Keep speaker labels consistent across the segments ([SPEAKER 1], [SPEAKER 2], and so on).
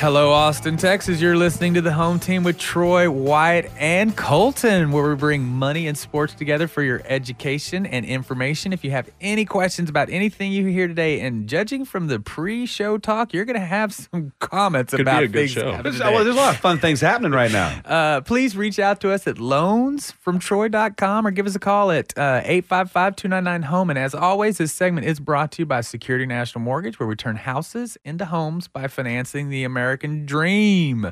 [SPEAKER 1] Hello, Austin, Texas. You're listening to the home team with Troy, Wyatt, and Colton, where we bring money and sports together for your education and information. If you have any questions about anything you hear today, and judging from the pre show talk, you're going to have some comments
[SPEAKER 2] Could be
[SPEAKER 1] about
[SPEAKER 2] a good
[SPEAKER 1] things.
[SPEAKER 2] show.
[SPEAKER 1] happening
[SPEAKER 3] There's,
[SPEAKER 1] today.
[SPEAKER 3] well, there's a lot of fun things happening right now.
[SPEAKER 1] Uh, please reach out to us at loansfromtroy.com or give us a call at uh, 855 299 Home. And as always, this segment is brought to you by Security National Mortgage, where we turn houses into homes by financing the American dream.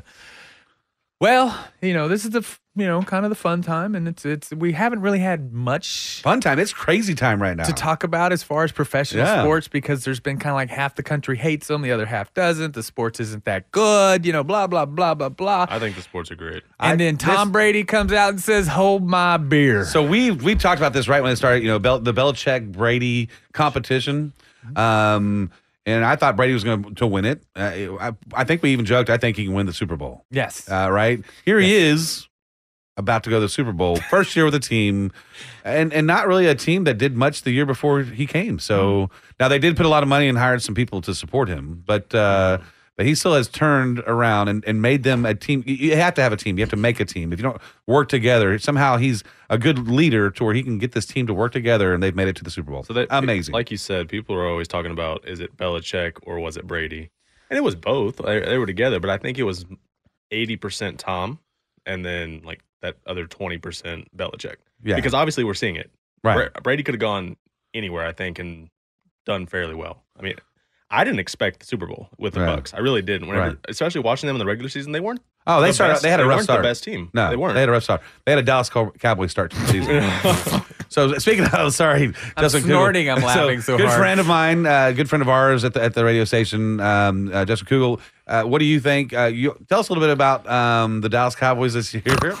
[SPEAKER 1] Well, you know, this is the f- you know kind of the fun time, and it's it's we haven't really had much
[SPEAKER 3] Fun time. It's crazy time right now.
[SPEAKER 1] to talk about as far as professional
[SPEAKER 3] Yeah.
[SPEAKER 1] sports because there's been kind of like half the country hates them, the other half doesn't. The sports isn't that good, you know, blah blah blah blah blah.
[SPEAKER 2] I think the sports are great.
[SPEAKER 3] I-
[SPEAKER 1] And then Tom
[SPEAKER 3] this-
[SPEAKER 1] Brady comes out and says, "Hold my beer."
[SPEAKER 3] So we we talked about this right when it started. You know, Bel- the Belichick Brady competition, um, and I thought Brady was going to win it. Uh, I, I think we even joked. I think he can win the Super Bowl.
[SPEAKER 1] yes,
[SPEAKER 3] Uh, right here he is, about to go to the Super Bowl, first year with a team, and and not really a team that did much the year before he came. So
[SPEAKER 2] Mm-hmm.
[SPEAKER 3] now they did put a lot of money and hired some people to support him, but. Uh,
[SPEAKER 2] Mm-hmm.
[SPEAKER 3] but he still has turned around and, and made them a team. You- You have to have a team. You have to make a team. If you don't work together, somehow he's a good leader to where he can get this team to work together, and they've made it to the Super Bowl.
[SPEAKER 2] So that
[SPEAKER 3] amazing.
[SPEAKER 2] like you said, people are always talking about is it Belichick or was it Brady? And it was both. I, they were together, but I think it was eighty percent Tom, and then like that other twenty percent Belichick.
[SPEAKER 3] yeah,
[SPEAKER 2] Because obviously we're seeing it.
[SPEAKER 3] right.
[SPEAKER 2] Bra- Brady could have gone anywhere, I think, and done fairly well. I mean, I didn't expect the Super Bowl with the
[SPEAKER 3] Right.
[SPEAKER 2] Bucks. I really didn't. Whenever,
[SPEAKER 3] Right.
[SPEAKER 2] especially watching them in the regular season, they weren't.
[SPEAKER 3] Oh, they
[SPEAKER 2] the
[SPEAKER 3] started.
[SPEAKER 2] best-
[SPEAKER 3] they had a rough
[SPEAKER 2] weren't
[SPEAKER 3] start.
[SPEAKER 2] The best team.
[SPEAKER 3] No,
[SPEAKER 2] they weren't.
[SPEAKER 3] They had a rough start. They had a Dallas Cow- Cowboys start to the season. so speaking of, sorry,
[SPEAKER 1] I'm
[SPEAKER 3] Justin Kugel.
[SPEAKER 1] snorting, I'm laughing so
[SPEAKER 3] good
[SPEAKER 1] hard.
[SPEAKER 3] friend of mine, uh, good friend of ours at the at the radio station, um, uh, Justin Kugel. Uh, what do you think? Uh, you tell us a little bit about um, the Dallas Cowboys this year.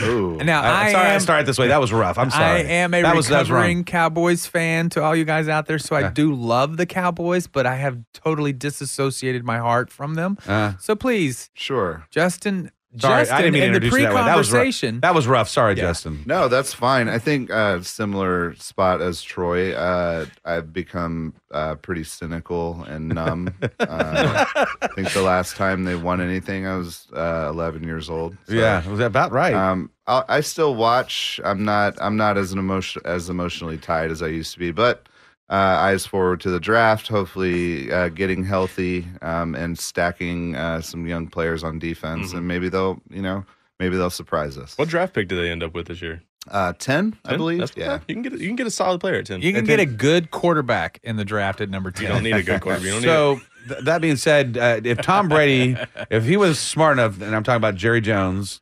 [SPEAKER 1] now I,
[SPEAKER 3] I, am sorry I
[SPEAKER 1] am.
[SPEAKER 3] started this way. That was rough. I'm sorry.
[SPEAKER 1] I am a
[SPEAKER 3] that was, that was
[SPEAKER 1] recovering
[SPEAKER 3] wrong.
[SPEAKER 1] Cowboys fan to all you guys out there, so I
[SPEAKER 3] Yeah.
[SPEAKER 1] do love the Cowboys, but I have totally disassociated my heart from them.
[SPEAKER 3] Uh,
[SPEAKER 1] So please,
[SPEAKER 4] Sure.
[SPEAKER 1] Justin,
[SPEAKER 3] sorry,
[SPEAKER 1] Justin,
[SPEAKER 3] I didn't mean to
[SPEAKER 1] in the
[SPEAKER 3] introduce you that way. That was rough.
[SPEAKER 1] pre-conversation,
[SPEAKER 3] That was rough. Sorry,
[SPEAKER 1] Yeah.
[SPEAKER 3] Justin.
[SPEAKER 4] No, that's fine. I think uh, similar spot as Troy. Uh, I've become uh, pretty cynical and numb. uh, I think the last time they won anything, I was uh, 11 years old. So,
[SPEAKER 3] yeah, was that about right?
[SPEAKER 4] Um, i I still watch. I'm not. I'm not as an emotion as emotionally tied as I used to be, but. Uh, eyes forward to the draft. Hopefully, uh, getting healthy um, and stacking uh, some young players on defense, and maybe they'll, you know, maybe they'll surprise us.
[SPEAKER 2] What draft pick did they end up with this year?
[SPEAKER 4] Uh, ten, I
[SPEAKER 2] 10?
[SPEAKER 4] believe.
[SPEAKER 2] That's-
[SPEAKER 4] Yeah.
[SPEAKER 2] You can get a, you can get a solid player at ten.
[SPEAKER 1] you
[SPEAKER 2] You,
[SPEAKER 1] can get a good quarterback in the draft at number ten.
[SPEAKER 2] don't need a good quarterback. You don't need
[SPEAKER 3] so th- that being said, uh, if Tom Brady, if he was smart enough, and I'm talking about Jerry Jones,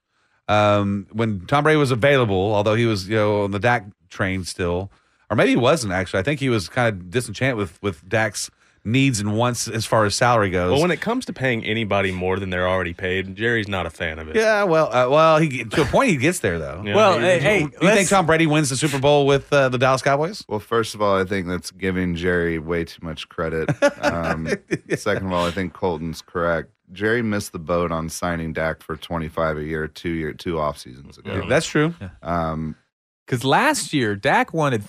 [SPEAKER 3] um, when Tom Brady was available, although he was you know on the Dak train still, or maybe he wasn't actually. I think he was kind of disenchanted with with Dak's needs and wants as far as salary goes.
[SPEAKER 2] But when it comes to paying anybody more than they're already paid, Jerry's not a fan of it.
[SPEAKER 3] yeah, well, uh, well, he to a point he gets there though.
[SPEAKER 2] You know,
[SPEAKER 1] Well,
[SPEAKER 2] he-
[SPEAKER 1] hey, hey,
[SPEAKER 3] Do you think
[SPEAKER 1] let's-
[SPEAKER 3] Tom Brady wins the Super Bowl with uh, the Dallas Cowboys?
[SPEAKER 4] Well, first of all, I think that's giving Jerry way too much credit. Um, Second of all, I think Colton's correct. Jerry missed the boat on signing Dak for twenty five a year two year two off seasons ago.
[SPEAKER 3] That's true.
[SPEAKER 4] Um,
[SPEAKER 1] Because last year, Dak wanted,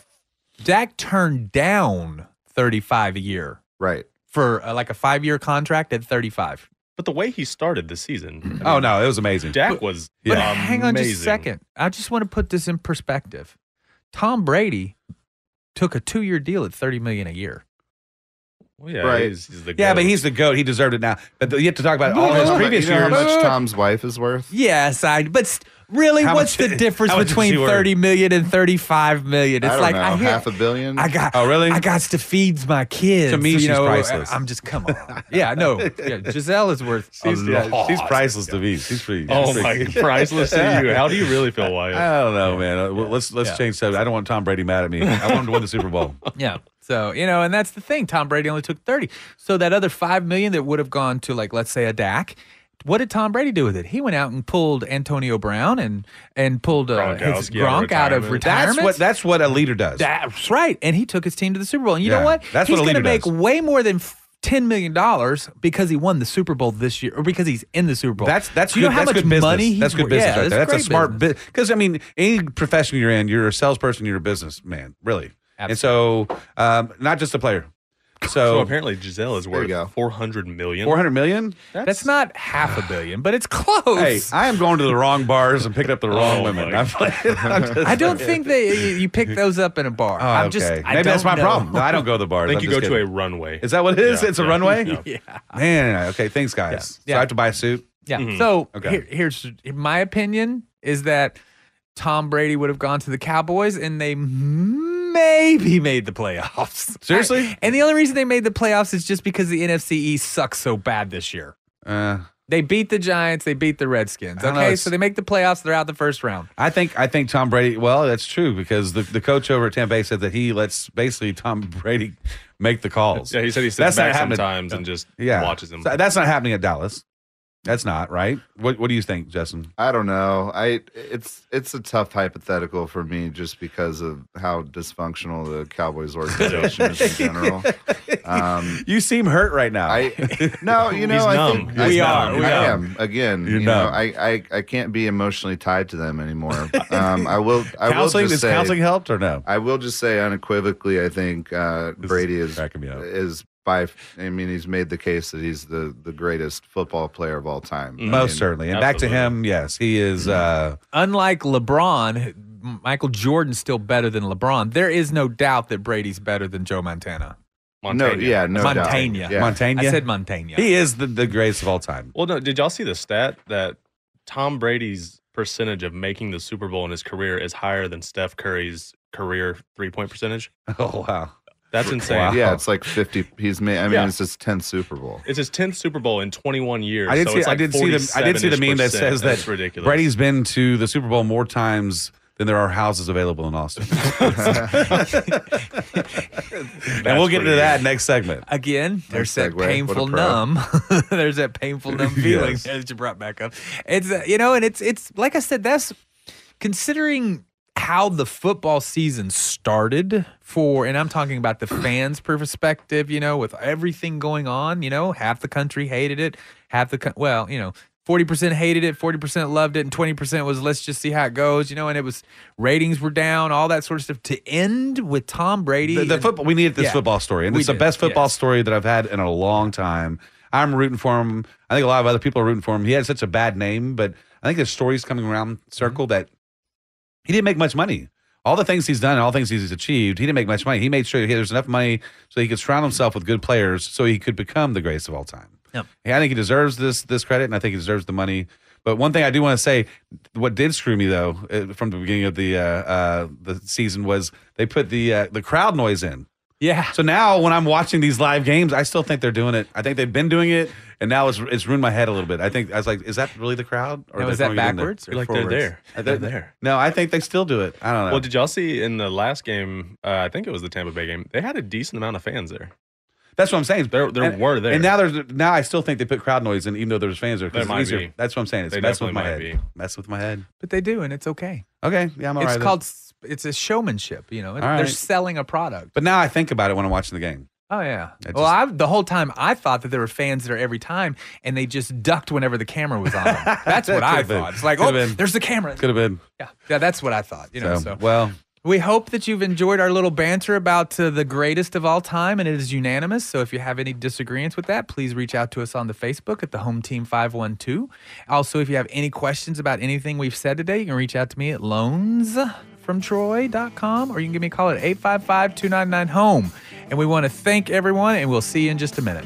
[SPEAKER 1] Dak turned down 35 a year
[SPEAKER 4] right.
[SPEAKER 1] for uh, like a five year contract at 35.
[SPEAKER 2] but the way he started the season,
[SPEAKER 3] Oh no, it was amazing.
[SPEAKER 2] Dak was
[SPEAKER 1] But
[SPEAKER 2] amazing.
[SPEAKER 1] hang on just a second. I just want to put this in perspective. Tom Brady took a two year deal at 30 million a year.
[SPEAKER 2] Well, yeah,
[SPEAKER 4] Right.
[SPEAKER 2] he's, he's the
[SPEAKER 3] Yeah, but
[SPEAKER 2] goat.
[SPEAKER 3] he's the goat. He deserved it now. But you have to talk about all Oh,
[SPEAKER 4] You
[SPEAKER 3] his
[SPEAKER 4] know how mu-
[SPEAKER 3] previous
[SPEAKER 4] you know
[SPEAKER 3] years.
[SPEAKER 4] How much Tom's wife is worth?
[SPEAKER 1] Yes, I. But st- really,
[SPEAKER 3] How
[SPEAKER 1] what's
[SPEAKER 3] much-
[SPEAKER 1] the difference
[SPEAKER 3] how much is
[SPEAKER 1] between
[SPEAKER 3] he worth?
[SPEAKER 1] thirty million and thirty-five million? It's
[SPEAKER 4] I don't
[SPEAKER 1] like
[SPEAKER 4] know.
[SPEAKER 1] I hear,
[SPEAKER 4] half a billion.
[SPEAKER 1] I got.
[SPEAKER 3] Oh, really?
[SPEAKER 1] I got to feed my kids.
[SPEAKER 3] To me,
[SPEAKER 1] you
[SPEAKER 3] she's
[SPEAKER 1] know,
[SPEAKER 3] priceless.
[SPEAKER 1] I'm just come on. Yeah, no. Yeah, Giselle is worth.
[SPEAKER 3] She's,
[SPEAKER 1] a
[SPEAKER 3] yeah,
[SPEAKER 1] lot.
[SPEAKER 3] she's priceless to me. She's pretty.
[SPEAKER 2] Oh my, priceless to you. How do you really feel, Wyatt?
[SPEAKER 3] I don't know, man. Uh, well, Let's let's
[SPEAKER 1] Yeah.
[SPEAKER 3] change subject. I don't want Tom Brady mad at me. I want him to win the Super Bowl.
[SPEAKER 1] Yeah. So, you know, and that's the thing. Tom Brady only took 30. So that other 5 million that would have gone to like let's say a DAC, what did Tom Brady do with it? He went out and pulled Antonio Brown and and pulled uh, his
[SPEAKER 2] Gronkowski out of
[SPEAKER 1] Gronk out of
[SPEAKER 2] retirement.
[SPEAKER 1] retirement.
[SPEAKER 3] That's what that's what a leader does.
[SPEAKER 1] That's right. And he took his team to the Super Bowl. And you
[SPEAKER 3] Yeah,
[SPEAKER 1] know what?
[SPEAKER 3] that's
[SPEAKER 1] he's
[SPEAKER 3] what a
[SPEAKER 1] gonna
[SPEAKER 3] leader
[SPEAKER 1] make
[SPEAKER 3] does.
[SPEAKER 1] way more than f- $10 million because he won the Super Bowl this year or because he's in the Super Bowl.
[SPEAKER 3] That's that's
[SPEAKER 1] Do you
[SPEAKER 3] good,
[SPEAKER 1] know how
[SPEAKER 3] that's
[SPEAKER 1] much
[SPEAKER 3] good business.
[SPEAKER 1] money he's
[SPEAKER 3] that's good
[SPEAKER 1] worth?
[SPEAKER 3] business
[SPEAKER 1] Yeah,
[SPEAKER 3] right there. That's a
[SPEAKER 1] great
[SPEAKER 3] smart
[SPEAKER 1] business.
[SPEAKER 3] business because I mean any profession you're in, you're a salesperson, you're a businessman, really. And so um, not just a player.
[SPEAKER 2] So
[SPEAKER 3] So,
[SPEAKER 2] apparently Giselle is
[SPEAKER 4] you go.
[SPEAKER 2] worth four hundred million.
[SPEAKER 3] four hundred million.
[SPEAKER 1] That's not half a billion, but it's close.
[SPEAKER 3] Hey, I am going to the wrong bars and picking up the wrong
[SPEAKER 2] Oh,
[SPEAKER 3] women.
[SPEAKER 2] my
[SPEAKER 3] I'm playing- I'm just-
[SPEAKER 1] I don't think that you- you pick those up in a bar.
[SPEAKER 3] Oh,
[SPEAKER 1] I'm just
[SPEAKER 3] okay.
[SPEAKER 1] I
[SPEAKER 3] maybe that's
[SPEAKER 1] don't
[SPEAKER 3] my
[SPEAKER 1] know.
[SPEAKER 3] problem. No, I don't go to the
[SPEAKER 2] I
[SPEAKER 3] bars.
[SPEAKER 2] think
[SPEAKER 3] I'm
[SPEAKER 2] you go
[SPEAKER 3] just
[SPEAKER 2] to a
[SPEAKER 3] kidding.
[SPEAKER 2] runway.
[SPEAKER 3] Is that what it is?
[SPEAKER 2] Yeah,
[SPEAKER 3] it's a
[SPEAKER 2] yeah,
[SPEAKER 3] runway.
[SPEAKER 2] yeah.
[SPEAKER 3] Man, okay, thanks guys.
[SPEAKER 1] Yeah.
[SPEAKER 3] So I have to buy a suit.
[SPEAKER 1] Yeah.
[SPEAKER 2] Mhm.
[SPEAKER 1] So
[SPEAKER 3] Mm-hmm. Okay.
[SPEAKER 1] here, here's my opinion is that Tom Brady would have gone to the Cowboys and they maybe made the playoffs.
[SPEAKER 3] Seriously?
[SPEAKER 1] I- and the only reason they made the playoffs is just because the NFC East sucks so bad this year.
[SPEAKER 3] Uh,
[SPEAKER 1] They beat the Giants, they beat the Redskins.
[SPEAKER 3] I don't know,
[SPEAKER 1] Okay,
[SPEAKER 3] it's-
[SPEAKER 1] so they make the playoffs, they're out the first round.
[SPEAKER 3] I think I think Tom Brady. Well, that's true because the, the coach over at Tampa Bay said that he lets basically Tom Brady make the calls.
[SPEAKER 2] Yeah, he said he
[SPEAKER 3] That's
[SPEAKER 2] sits
[SPEAKER 3] not
[SPEAKER 2] back
[SPEAKER 3] happening.
[SPEAKER 2] sometimes and just
[SPEAKER 3] Yeah.
[SPEAKER 2] watches him.
[SPEAKER 3] So that's not happening at Dallas. That's not right. What What do you think, Justin?
[SPEAKER 4] I don't know. I it's it's a tough hypothetical for me just because of how dysfunctional the Cowboys organization is in general. Um,
[SPEAKER 3] you seem hurt right now.
[SPEAKER 4] I no, you know,
[SPEAKER 2] He's
[SPEAKER 4] I
[SPEAKER 2] numb.
[SPEAKER 4] think
[SPEAKER 2] He's
[SPEAKER 4] I,
[SPEAKER 1] We are, we
[SPEAKER 4] I
[SPEAKER 1] are.
[SPEAKER 4] am again.
[SPEAKER 3] You're
[SPEAKER 4] you know,
[SPEAKER 3] numb.
[SPEAKER 4] I, I I can't be emotionally tied to them anymore. Um, I will. I will
[SPEAKER 3] counseling
[SPEAKER 4] just
[SPEAKER 3] is
[SPEAKER 4] say.
[SPEAKER 3] counseling helped or no?
[SPEAKER 4] I will just say unequivocally. I think uh,
[SPEAKER 3] This
[SPEAKER 4] Brady is
[SPEAKER 3] cracking me up.
[SPEAKER 4] is by. I mean, he's made the case that he's the the greatest football player of all time. I
[SPEAKER 3] Most
[SPEAKER 4] mean,
[SPEAKER 3] certainly. And back to
[SPEAKER 2] absolutely.
[SPEAKER 3] him, yes, he is. Uh,
[SPEAKER 1] Unlike LeBron, Michael Jordan's still better than LeBron. There is no doubt that Brady's better than Joe Montana.
[SPEAKER 4] No,
[SPEAKER 2] Montana.
[SPEAKER 4] yeah, no doubt.
[SPEAKER 1] Montana.
[SPEAKER 4] Yeah.
[SPEAKER 3] Montaigne.
[SPEAKER 1] I said Montana.
[SPEAKER 3] he is the, the greatest of all time.
[SPEAKER 2] Well, no, did y'all see the stat that Tom Brady's percentage of making the Super Bowl in his career is higher than Steph Curry's career three point percentage?
[SPEAKER 3] Oh wow!
[SPEAKER 2] That's insane.
[SPEAKER 3] Wow.
[SPEAKER 4] Yeah, it's like fifty. He's made. I mean,
[SPEAKER 2] Yeah.
[SPEAKER 4] it's his tenth Super Bowl.
[SPEAKER 2] It's his tenth Super Bowl in 21 years.
[SPEAKER 3] I did
[SPEAKER 2] so
[SPEAKER 3] see.
[SPEAKER 2] It's like
[SPEAKER 3] I did see the. I did see the meme that
[SPEAKER 2] 47%.
[SPEAKER 3] says
[SPEAKER 2] That's
[SPEAKER 3] that
[SPEAKER 2] ridiculous.
[SPEAKER 3] Brady's been to the Super Bowl more times than there are houses available in Austin. and we'll get into
[SPEAKER 2] pretty
[SPEAKER 3] that
[SPEAKER 2] good.
[SPEAKER 3] next segment.
[SPEAKER 1] Again, there's that
[SPEAKER 4] segue. What a
[SPEAKER 1] painful
[SPEAKER 4] pro.
[SPEAKER 1] numb. there's that painful numb feeling
[SPEAKER 3] Yes.
[SPEAKER 1] that you brought back up. It's uh, you know, and it's it's like I said, that's considering how the football season started for, and I'm talking about the fans' perspective. You know, with everything going on, you know, half the country hated it, half the co- well, you know. 40% hated it, 40% loved it, and 20% was let's just see how it goes, you know, and it was ratings were down, all that sort of stuff. To end with Tom Brady.
[SPEAKER 3] The, the
[SPEAKER 1] and-
[SPEAKER 3] football. We needed this
[SPEAKER 1] Yeah.
[SPEAKER 3] football story, and
[SPEAKER 1] We
[SPEAKER 3] it's the
[SPEAKER 1] did,
[SPEAKER 3] best football
[SPEAKER 1] yes.
[SPEAKER 3] story that I've had in a long time. I'm rooting for him. I think a lot of other people are rooting for him. He had such a bad name, but I think the story's coming around circle
[SPEAKER 1] Mm-hmm.
[SPEAKER 3] that he didn't make much money. All the things he's done and all the things he's achieved, he didn't make much money. He made sure he, there's enough money so he could surround himself with good players so he could become the greatest of all time.
[SPEAKER 1] Yep.
[SPEAKER 3] Yeah, I think he deserves this this credit, and I think he deserves the money. But one thing I do want to say, what did screw me though uh, from the beginning of the uh, uh, the season was they put the uh, the crowd noise in.
[SPEAKER 1] yeah.
[SPEAKER 3] So now when I'm watching these live games, I still think they're doing it. I think they've been doing it, and now it's it's ruined my head a little bit. I think I was like, is that really the crowd?
[SPEAKER 1] Now,
[SPEAKER 3] are
[SPEAKER 1] is
[SPEAKER 3] they
[SPEAKER 1] that
[SPEAKER 3] throwing it in there?
[SPEAKER 1] backwards or
[SPEAKER 2] You're like
[SPEAKER 1] forwards?
[SPEAKER 2] they're there.
[SPEAKER 3] I
[SPEAKER 2] they're
[SPEAKER 3] think-
[SPEAKER 2] there.
[SPEAKER 3] No, I think they still do it. I don't know.
[SPEAKER 2] Well, did y'all see in the last game? Uh, I think it was the Tampa Bay game. They had a decent amount of fans there.
[SPEAKER 3] That's what I'm saying.
[SPEAKER 2] There, there
[SPEAKER 3] and,
[SPEAKER 2] were there.
[SPEAKER 3] And now there's now I still think they put crowd noise in, even though there's fans there. 'cause
[SPEAKER 2] There
[SPEAKER 3] it's
[SPEAKER 2] might
[SPEAKER 3] easier.
[SPEAKER 2] be.
[SPEAKER 3] That's what I'm saying. It's
[SPEAKER 2] They
[SPEAKER 3] mess with my head.
[SPEAKER 2] definitely might
[SPEAKER 3] Mess with my head.
[SPEAKER 1] But they do, and it's okay.
[SPEAKER 3] Okay, yeah, I'm alright.
[SPEAKER 1] it's
[SPEAKER 3] then.
[SPEAKER 1] called s- it's a showmanship. You know, It-
[SPEAKER 3] All
[SPEAKER 1] they're
[SPEAKER 3] right.
[SPEAKER 1] selling a product.
[SPEAKER 3] But now I think about it when I'm watching the game.
[SPEAKER 1] Oh yeah.
[SPEAKER 3] I
[SPEAKER 1] well, I, the whole time I thought that there were fans there every time, and they just ducked whenever the camera was on. Them. That's
[SPEAKER 3] That
[SPEAKER 1] what I
[SPEAKER 3] could've been.
[SPEAKER 1] thought. It's like,
[SPEAKER 3] Could've
[SPEAKER 1] oh,
[SPEAKER 3] been.
[SPEAKER 1] there's the camera.
[SPEAKER 3] Could have been.
[SPEAKER 1] Yeah, yeah. That's what I thought. You know, so,
[SPEAKER 3] so, well,
[SPEAKER 1] we hope that you've enjoyed our little banter about uh, the greatest of all time, and it is unanimous. So if you have any disagreements with that, please reach out to us on the Facebook at the Home Team 512. Also, if you have any questions about anything we've said today, you can reach out to me at loansfromtroy.com or you can give me a call at 855 299 home. And we want to thank everyone, and we'll see you in just a minute.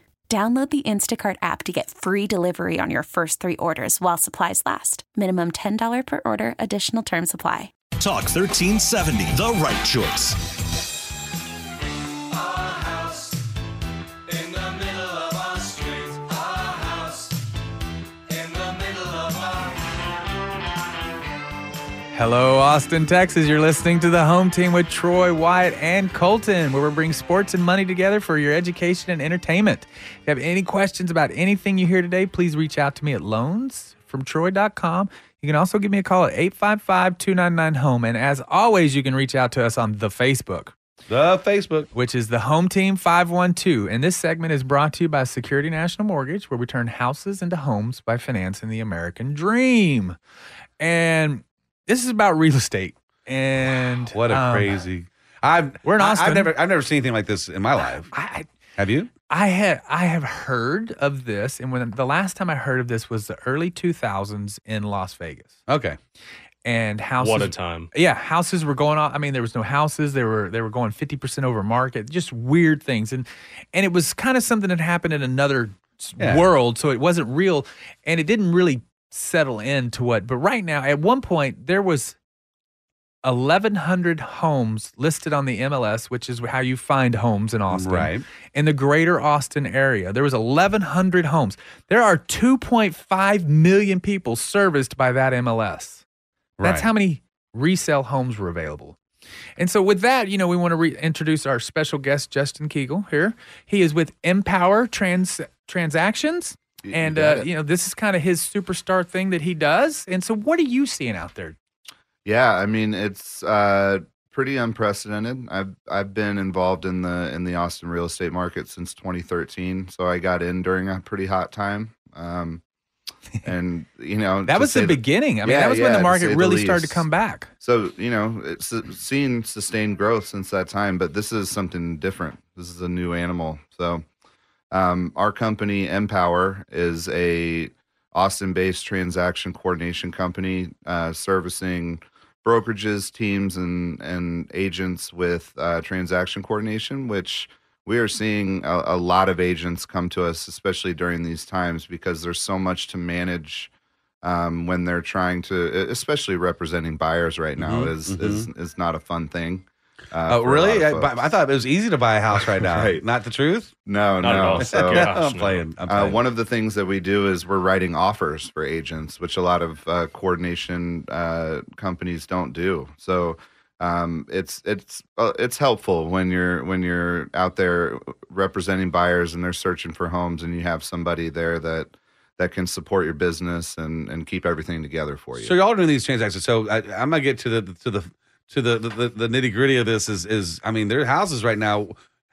[SPEAKER 5] Download the Instacart app to get free delivery on your first three orders while supplies last. Minimum $10 per order, additional term supply.
[SPEAKER 6] Talk 1370, the right choice.
[SPEAKER 1] Hello, Austin, Texas. You're listening to the home team with Troy, Wyatt, and Colton, where we bring sports and money together for your education and entertainment. If you have any questions about anything you hear today, please reach out to me at loansfromtroy.com. You can also give me a call at 855 299 Home. E. And as always, you can reach out to us on the Facebook
[SPEAKER 3] The Facebook.
[SPEAKER 1] which is the Home Team 512. And this segment is brought to you by Security National Mortgage, where we turn houses into homes by financing the American dream. And this is about real estate. And
[SPEAKER 3] What a
[SPEAKER 1] um,
[SPEAKER 3] crazy. I've
[SPEAKER 1] We're in
[SPEAKER 3] I-
[SPEAKER 1] Austin.
[SPEAKER 3] I've never I've never seen anything like this in my life.
[SPEAKER 1] I,
[SPEAKER 3] Have you?
[SPEAKER 1] I had I have heard of this, and when the last time I heard of this was the early 2000s in Las Vegas,
[SPEAKER 3] Okay.
[SPEAKER 1] and houses
[SPEAKER 2] What a time.
[SPEAKER 1] yeah, houses were going off. I mean, there was no houses. They were they were going fifty percent over market. Just weird things, and and it was kind of something that happened in another s-
[SPEAKER 3] Yeah.
[SPEAKER 1] world. So it wasn't real, and it didn't really settle into what. But right now, at one point, there was eleven hundred homes listed on the MLS, which is how you find homes in Austin,
[SPEAKER 3] Right.
[SPEAKER 1] In the greater Austin area, there was eleven hundred homes. There are two point five million people serviced by that MLS. That's
[SPEAKER 3] Right.
[SPEAKER 1] how many resale homes were available. And so, with that, you know, we want to reintroduce our special guest, Justin Kegel. Here, he is with Empower Trans Transactions,
[SPEAKER 4] You
[SPEAKER 1] and
[SPEAKER 4] got
[SPEAKER 1] uh,
[SPEAKER 4] it.
[SPEAKER 1] you know, this is kind of his superstar thing that he does. And so, what are you seeing out there?
[SPEAKER 4] Yeah, I mean it's uh, pretty unprecedented. I've I've been involved in the in the Austin real estate market since 2013, so I got in during a pretty hot time. Um, and you know
[SPEAKER 1] That
[SPEAKER 4] to
[SPEAKER 1] was the
[SPEAKER 4] say
[SPEAKER 1] beginning. I mean,
[SPEAKER 4] yeah,
[SPEAKER 1] that was when
[SPEAKER 4] yeah,
[SPEAKER 1] the
[SPEAKER 4] to
[SPEAKER 1] market
[SPEAKER 4] say the
[SPEAKER 1] really started to
[SPEAKER 4] least.
[SPEAKER 1] come back.
[SPEAKER 4] So you know, it's seen sustained growth since that time, but this is something different. This is a new animal. So, um, our company Empower is a Austin-based transaction coordination company uh, servicing brokerages, teams, and and agents with uh, transaction coordination, which we are seeing a, a lot of agents come to us, especially during these times, because there's so much to manage um, when they're trying to, e, especially representing buyers right now,
[SPEAKER 3] Mhm,
[SPEAKER 4] is is is not a fun thing. Uh,
[SPEAKER 3] Oh,
[SPEAKER 4] for a lot
[SPEAKER 3] really?
[SPEAKER 4] of
[SPEAKER 3] I,
[SPEAKER 4] folks.
[SPEAKER 3] but I thought it was easy to buy a house right Oh, now.
[SPEAKER 4] Right.
[SPEAKER 3] Not the truth.
[SPEAKER 4] no,
[SPEAKER 2] Not at
[SPEAKER 4] no.
[SPEAKER 2] all.
[SPEAKER 4] So
[SPEAKER 2] Yeah. Gosh,
[SPEAKER 3] I'm
[SPEAKER 2] no.
[SPEAKER 3] playing. I'm
[SPEAKER 4] uh,
[SPEAKER 3] playing.
[SPEAKER 4] one of the things that we do is we're writing offers for agents, which a lot of uh, coordination uh, companies don't do. So um, it's it's uh, it's helpful when you're when you're out there representing buyers and they're searching for homes, and you have somebody there that that can support your business and and keep everything together for you.
[SPEAKER 3] So y'all are doing these transactions. So I, I'm gonna get to the to the to the the, the nitty gritty of this. Is is I mean, their houses right now.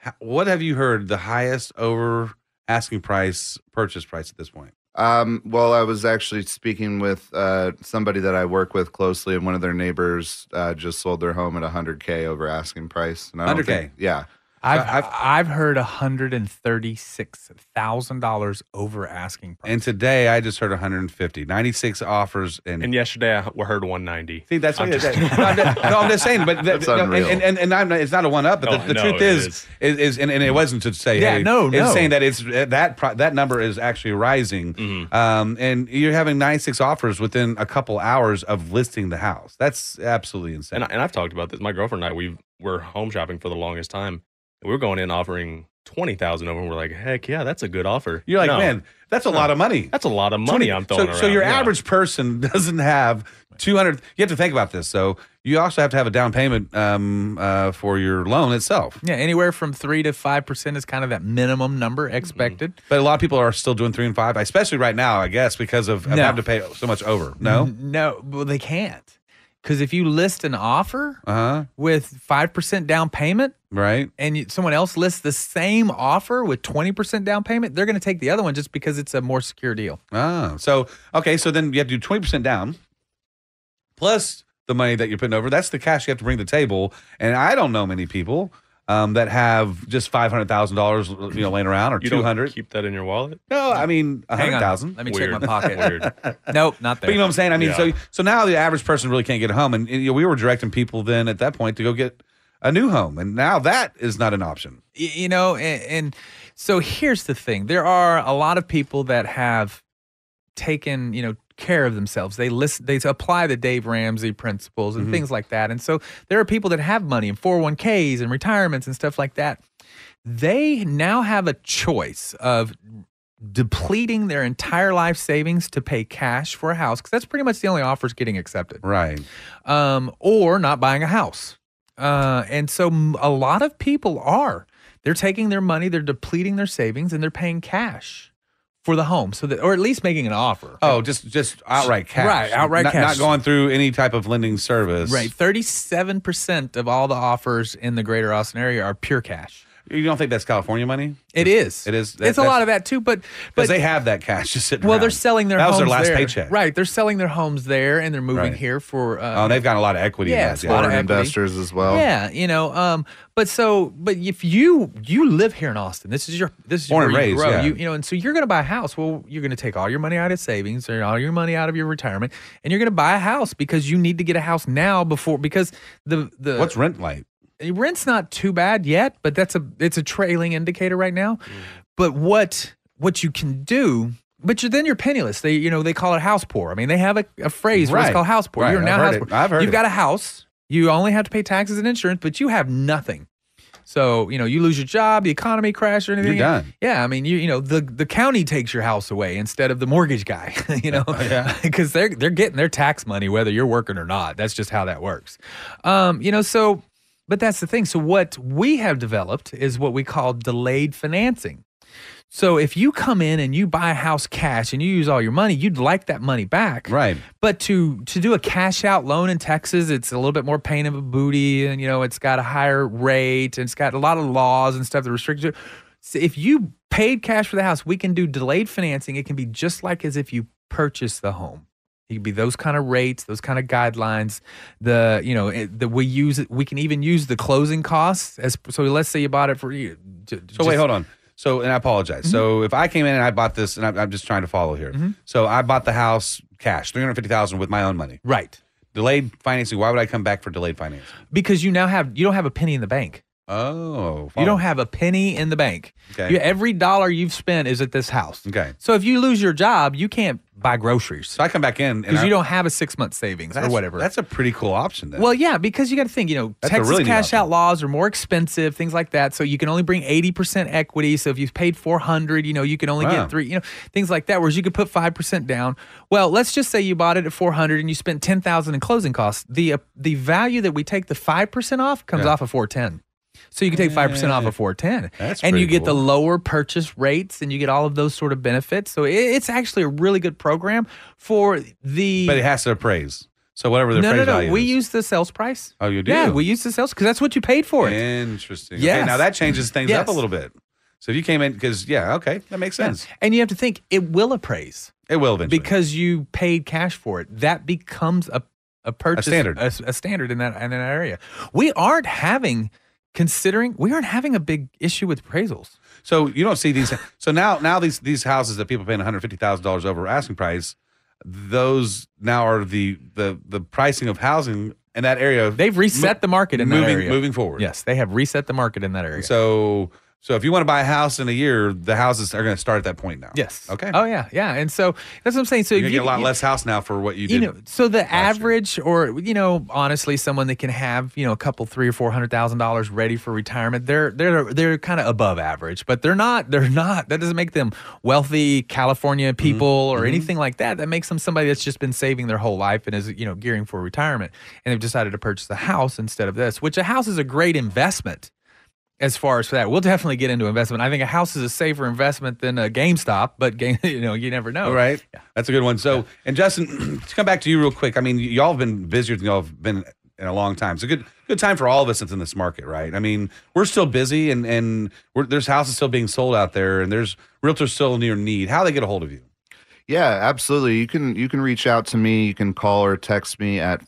[SPEAKER 3] h- What have you heard? The highest over asking price, purchase price at this point.
[SPEAKER 4] Um, well, I was actually speaking with uh, somebody that I work with closely, and one of their neighbors uh, just sold their home at 100k over asking price. And I don't
[SPEAKER 3] 100K?
[SPEAKER 4] think- yeah,
[SPEAKER 1] I've I've,
[SPEAKER 3] I've-
[SPEAKER 1] heard one hundred and thirty six thousand dollars over asking price.
[SPEAKER 3] And today, I just heard 150, 96 offers, and,
[SPEAKER 2] And yesterday I h- heard 190.
[SPEAKER 3] see that's
[SPEAKER 2] I'm
[SPEAKER 3] what it
[SPEAKER 2] just-
[SPEAKER 3] is. no, I'm just- no, I'm just saying, but the,
[SPEAKER 4] That's
[SPEAKER 3] no, and,
[SPEAKER 4] unreal.
[SPEAKER 3] and and and I'm not, it's not a one up. But
[SPEAKER 2] No,
[SPEAKER 3] the, the
[SPEAKER 2] no,
[SPEAKER 3] truth
[SPEAKER 2] it
[SPEAKER 3] is,
[SPEAKER 2] is.
[SPEAKER 3] is, is, and, and it wasn't to say,
[SPEAKER 1] Yeah,
[SPEAKER 3] hey,
[SPEAKER 1] no,
[SPEAKER 3] it's
[SPEAKER 1] no.
[SPEAKER 3] saying that it's that pro, that number is actually rising.
[SPEAKER 2] Mhm.
[SPEAKER 3] um, and you're having 96 offers within a couple hours of listing the house. That's absolutely insane.
[SPEAKER 2] And, I, and I've talked about this. My girlfriend and I, we were home shopping for the longest time. We were going in offering 20,000 over and we're like, heck yeah, that's a good offer.
[SPEAKER 3] you're like,
[SPEAKER 2] No,
[SPEAKER 3] man, that's a lot of money.
[SPEAKER 2] that's a lot of money
[SPEAKER 3] 20
[SPEAKER 2] I'm throwing
[SPEAKER 3] so,
[SPEAKER 2] around.
[SPEAKER 3] So your
[SPEAKER 2] Yeah.
[SPEAKER 3] average person doesn't have 200. You have to think about this. So you also have to have a down payment um, uh, for your loan itself.
[SPEAKER 1] yeah, anywhere from three to five percent is kind of that minimum number expected.
[SPEAKER 3] But a lot of people are still doing three and five, especially right now, I guess, because of, of
[SPEAKER 1] No. Mm-hmm.
[SPEAKER 3] having to pay so much over. No,
[SPEAKER 1] N- No, well, they can't. Because if you list an offer
[SPEAKER 3] Uh huh.
[SPEAKER 1] with 5% down payment
[SPEAKER 3] Right.
[SPEAKER 1] and you, someone else lists the same offer with 20% down payment, they're going to take the other one just because it's a more secure deal.
[SPEAKER 3] Ah. So okay. So then you have to do twenty percent down, plus the money that you're putting over. That's the cash you have to bring to the table. And I don't know many people um, that have just five hundred thousand dollars, you know, laying around or
[SPEAKER 2] You
[SPEAKER 3] two
[SPEAKER 2] don't
[SPEAKER 3] hundred.
[SPEAKER 2] keep that in your wallet.
[SPEAKER 3] No, I mean a
[SPEAKER 1] Hang
[SPEAKER 3] hundred
[SPEAKER 1] on.
[SPEAKER 3] thousand.
[SPEAKER 1] Let me check
[SPEAKER 2] Weird.
[SPEAKER 1] my pocket.
[SPEAKER 2] Weird.
[SPEAKER 1] nope, not there.
[SPEAKER 3] But you know what I'm saying? I mean,
[SPEAKER 2] Yeah.
[SPEAKER 3] so so now the average person really can't get a home, and, and, you know, we were directing people then at that point to go get a new home, and now that is not an option.
[SPEAKER 1] Y- you know and, and so here's the thing there are a lot of people that have taken you know care of themselves they list they apply the dave ramsey principles and
[SPEAKER 3] Mhm.
[SPEAKER 1] things like that and so there are people that have money in 401ks and retirements and stuff like that they now have a choice of depleting their entire life savings to pay cash for a house because that's pretty much the only offers getting accepted
[SPEAKER 3] Right.
[SPEAKER 1] um, or not buying a house. Uh, and so m- a lot of people are. They're taking their money, they're depleting their savings, and they're paying cash for the home, so that, or at least making an offer.
[SPEAKER 3] Oh, just just outright cash.
[SPEAKER 1] Right, outright
[SPEAKER 3] Not-
[SPEAKER 1] cash.
[SPEAKER 3] Not going through any type of lending service.
[SPEAKER 1] Right, thirty-seven percent of all the offers in the Greater Austin area are pure cash.
[SPEAKER 3] You don't think that's California money?
[SPEAKER 1] It is.
[SPEAKER 3] It is.
[SPEAKER 1] it's a lot of that too, but but
[SPEAKER 3] because they have that cash just sitting.
[SPEAKER 1] well, they're
[SPEAKER 3] around.
[SPEAKER 1] selling their
[SPEAKER 3] that was
[SPEAKER 1] homes
[SPEAKER 3] their last
[SPEAKER 1] there.
[SPEAKER 3] paycheck.
[SPEAKER 1] Right, they're selling their homes there, and they're moving
[SPEAKER 3] Right.
[SPEAKER 1] here for. Uh,
[SPEAKER 3] Oh, and they've got a lot of equity.
[SPEAKER 1] Yeah,
[SPEAKER 3] in
[SPEAKER 1] it's
[SPEAKER 3] that,
[SPEAKER 1] a lot
[SPEAKER 4] Foreign
[SPEAKER 1] of equity.
[SPEAKER 4] investors as well.
[SPEAKER 1] Yeah, you know, um, but so, but if you you live here in Austin, this is your this is
[SPEAKER 3] Born and
[SPEAKER 1] where you
[SPEAKER 3] raised,
[SPEAKER 1] grow.
[SPEAKER 3] yeah.
[SPEAKER 1] You you know, and so you're going to buy a house. Well, you're going to take all your money out of savings or all your money out of your retirement, and you're going to buy a house because you need to get a house now before because the the
[SPEAKER 3] What's rent like?
[SPEAKER 1] rent's not too bad yet, but that's a it's a trailing indicator right now. But what what you can do. But you're, then you're penniless. They, you know, they call it house poor. I mean, they have a, a phrase where it's
[SPEAKER 3] Right.
[SPEAKER 1] called house poor.
[SPEAKER 3] Right,
[SPEAKER 1] You're
[SPEAKER 3] I've
[SPEAKER 1] now
[SPEAKER 3] heard
[SPEAKER 1] house
[SPEAKER 3] it.
[SPEAKER 1] poor.
[SPEAKER 3] I've heard
[SPEAKER 1] You've
[SPEAKER 3] it.
[SPEAKER 1] got a house. You only have to pay taxes and insurance, but you have nothing. So you know, you lose your job, the economy crashes, or anything.
[SPEAKER 3] done.
[SPEAKER 1] Yeah, I mean, you you know, the the county takes your house away instead of the mortgage guy. You know,
[SPEAKER 3] Yeah.
[SPEAKER 1] because they're they're getting their tax money whether you're working or not. That's just how that works. Um, you know, so but that's the thing. So what we have developed is what we call delayed financing. So if you come in and you buy a house cash and you use all your money, you'd like that money back.
[SPEAKER 3] Right.
[SPEAKER 1] But to to do a cash out loan in Texas, it's a little bit more pain of a booty, and you know it's got a higher rate, and it's got a lot of laws and stuff that restrict you. So if you paid cash for the house, we can do delayed financing. It can be just like as if you purchased the home. It can be those kind of rates, those kind of guidelines. The you know it, that we use, we can even use the closing costs as. So let's say you bought it for you. So
[SPEAKER 3] So wait, hold on. So and I apologize.
[SPEAKER 1] Mm-hmm.
[SPEAKER 3] So if I came in and I bought this, and I'm, I'm just trying to follow here. So I bought the house cash, three hundred fifty thousand with my own money.
[SPEAKER 1] Right,
[SPEAKER 3] Delayed financing. Why would I come back for delayed financing?
[SPEAKER 1] because you now have you don't have a penny in the bank.
[SPEAKER 3] Oh,
[SPEAKER 1] You don't
[SPEAKER 3] follow.
[SPEAKER 1] have a penny in the bank.
[SPEAKER 3] Okay.
[SPEAKER 1] You- every dollar you've spent is at this house.
[SPEAKER 3] Okay.
[SPEAKER 1] So if you lose your job, you can't buy groceries
[SPEAKER 3] So I come back in and
[SPEAKER 1] because
[SPEAKER 3] I-
[SPEAKER 1] you don't have a six month savings or
[SPEAKER 3] that's-
[SPEAKER 1] whatever.
[SPEAKER 3] That's a pretty cool option. Then.
[SPEAKER 1] well, yeah, because you got to think, you know,
[SPEAKER 3] That's a
[SPEAKER 1] Texas
[SPEAKER 3] really neat
[SPEAKER 1] cash out
[SPEAKER 3] option.
[SPEAKER 1] laws are more expensive, things like that. So you can only bring 80% equity. So if you've paid 400, you know, you can only
[SPEAKER 3] Wow.
[SPEAKER 1] get three, you know, things like that. Whereas you could put 5% down. Well, let's just say you bought it at 400 and you spent 10,000 in closing costs. The, uh, the value that we take the 5% off comes
[SPEAKER 3] Yeah.
[SPEAKER 1] off of 410. So you can take five percent off of four ten,
[SPEAKER 3] That's
[SPEAKER 1] and you
[SPEAKER 3] pretty
[SPEAKER 1] get the
[SPEAKER 3] cool.
[SPEAKER 1] lower purchase rates, and you get all of those sort of benefits. So it, it's actually a really good program for the.
[SPEAKER 3] but it has to appraise. So whatever the
[SPEAKER 1] no,
[SPEAKER 3] appraise
[SPEAKER 1] no, no.
[SPEAKER 3] value
[SPEAKER 1] We
[SPEAKER 3] is.
[SPEAKER 1] use the sales price.
[SPEAKER 3] Oh, you do?
[SPEAKER 1] Yeah, we use the sales because that's what you paid for it.
[SPEAKER 3] Interesting. Okay,
[SPEAKER 1] Yes.
[SPEAKER 3] now that changes things up a
[SPEAKER 1] Yes.
[SPEAKER 3] little bit. So if you came in because yeah, okay, that makes sense.
[SPEAKER 1] And you have to think it will appraise
[SPEAKER 3] It will eventually.
[SPEAKER 1] because you paid cash for it. That becomes a a purchase
[SPEAKER 3] standard.
[SPEAKER 1] a, a standard in that in that area. We aren't having considering we aren't having a big issue with appraisals.
[SPEAKER 3] so you don't see these. So now now these these houses that people paying one hundred fifty thousand dollars over asking price, those now are the the the pricing of housing in that area.
[SPEAKER 1] They've reset
[SPEAKER 3] Mo-
[SPEAKER 1] the market in
[SPEAKER 3] moving
[SPEAKER 1] that area.
[SPEAKER 3] moving forward.
[SPEAKER 1] Yes, they have reset the market in that area.
[SPEAKER 3] So so if you want to buy a house in a year, the houses are going to start at that point now.
[SPEAKER 1] yes.
[SPEAKER 3] Okay.
[SPEAKER 1] Oh yeah, yeah. And so that's what I'm saying. So
[SPEAKER 3] You're
[SPEAKER 1] if
[SPEAKER 3] gonna
[SPEAKER 1] you
[SPEAKER 3] get a lot
[SPEAKER 1] you-
[SPEAKER 3] less house now for what you did.
[SPEAKER 1] You know, so the
[SPEAKER 3] year.
[SPEAKER 1] average, or you know, honestly, someone that can have you know a couple three or four hundred thousand dollars ready for retirement, they're they're they're kind of above average, but they're not they're not. That doesn't make them wealthy
[SPEAKER 3] Mm-hmm.
[SPEAKER 1] California people or anything like that. That makes them somebody that's just been saving their whole life and is you know gearing for retirement, and they've decided to purchase a house instead of this, which a house is a great investment as far as for that. We'll definitely get into investment. I think a house is a safer investment than a GameStop, but game, you know, you never know.
[SPEAKER 3] All right. That's a good one. So, and Justin, to come back to you real quick, I mean, y- y'all have been busier than y'all have been in a long time. It's a good good time for all of us that's in this market, right? I mean, we're still busy and and we're, there's houses still being sold out there and there's realtors still near need. How do they get a hold of you?
[SPEAKER 4] Yeah, absolutely. You can you can reach out to me. You can call or text me at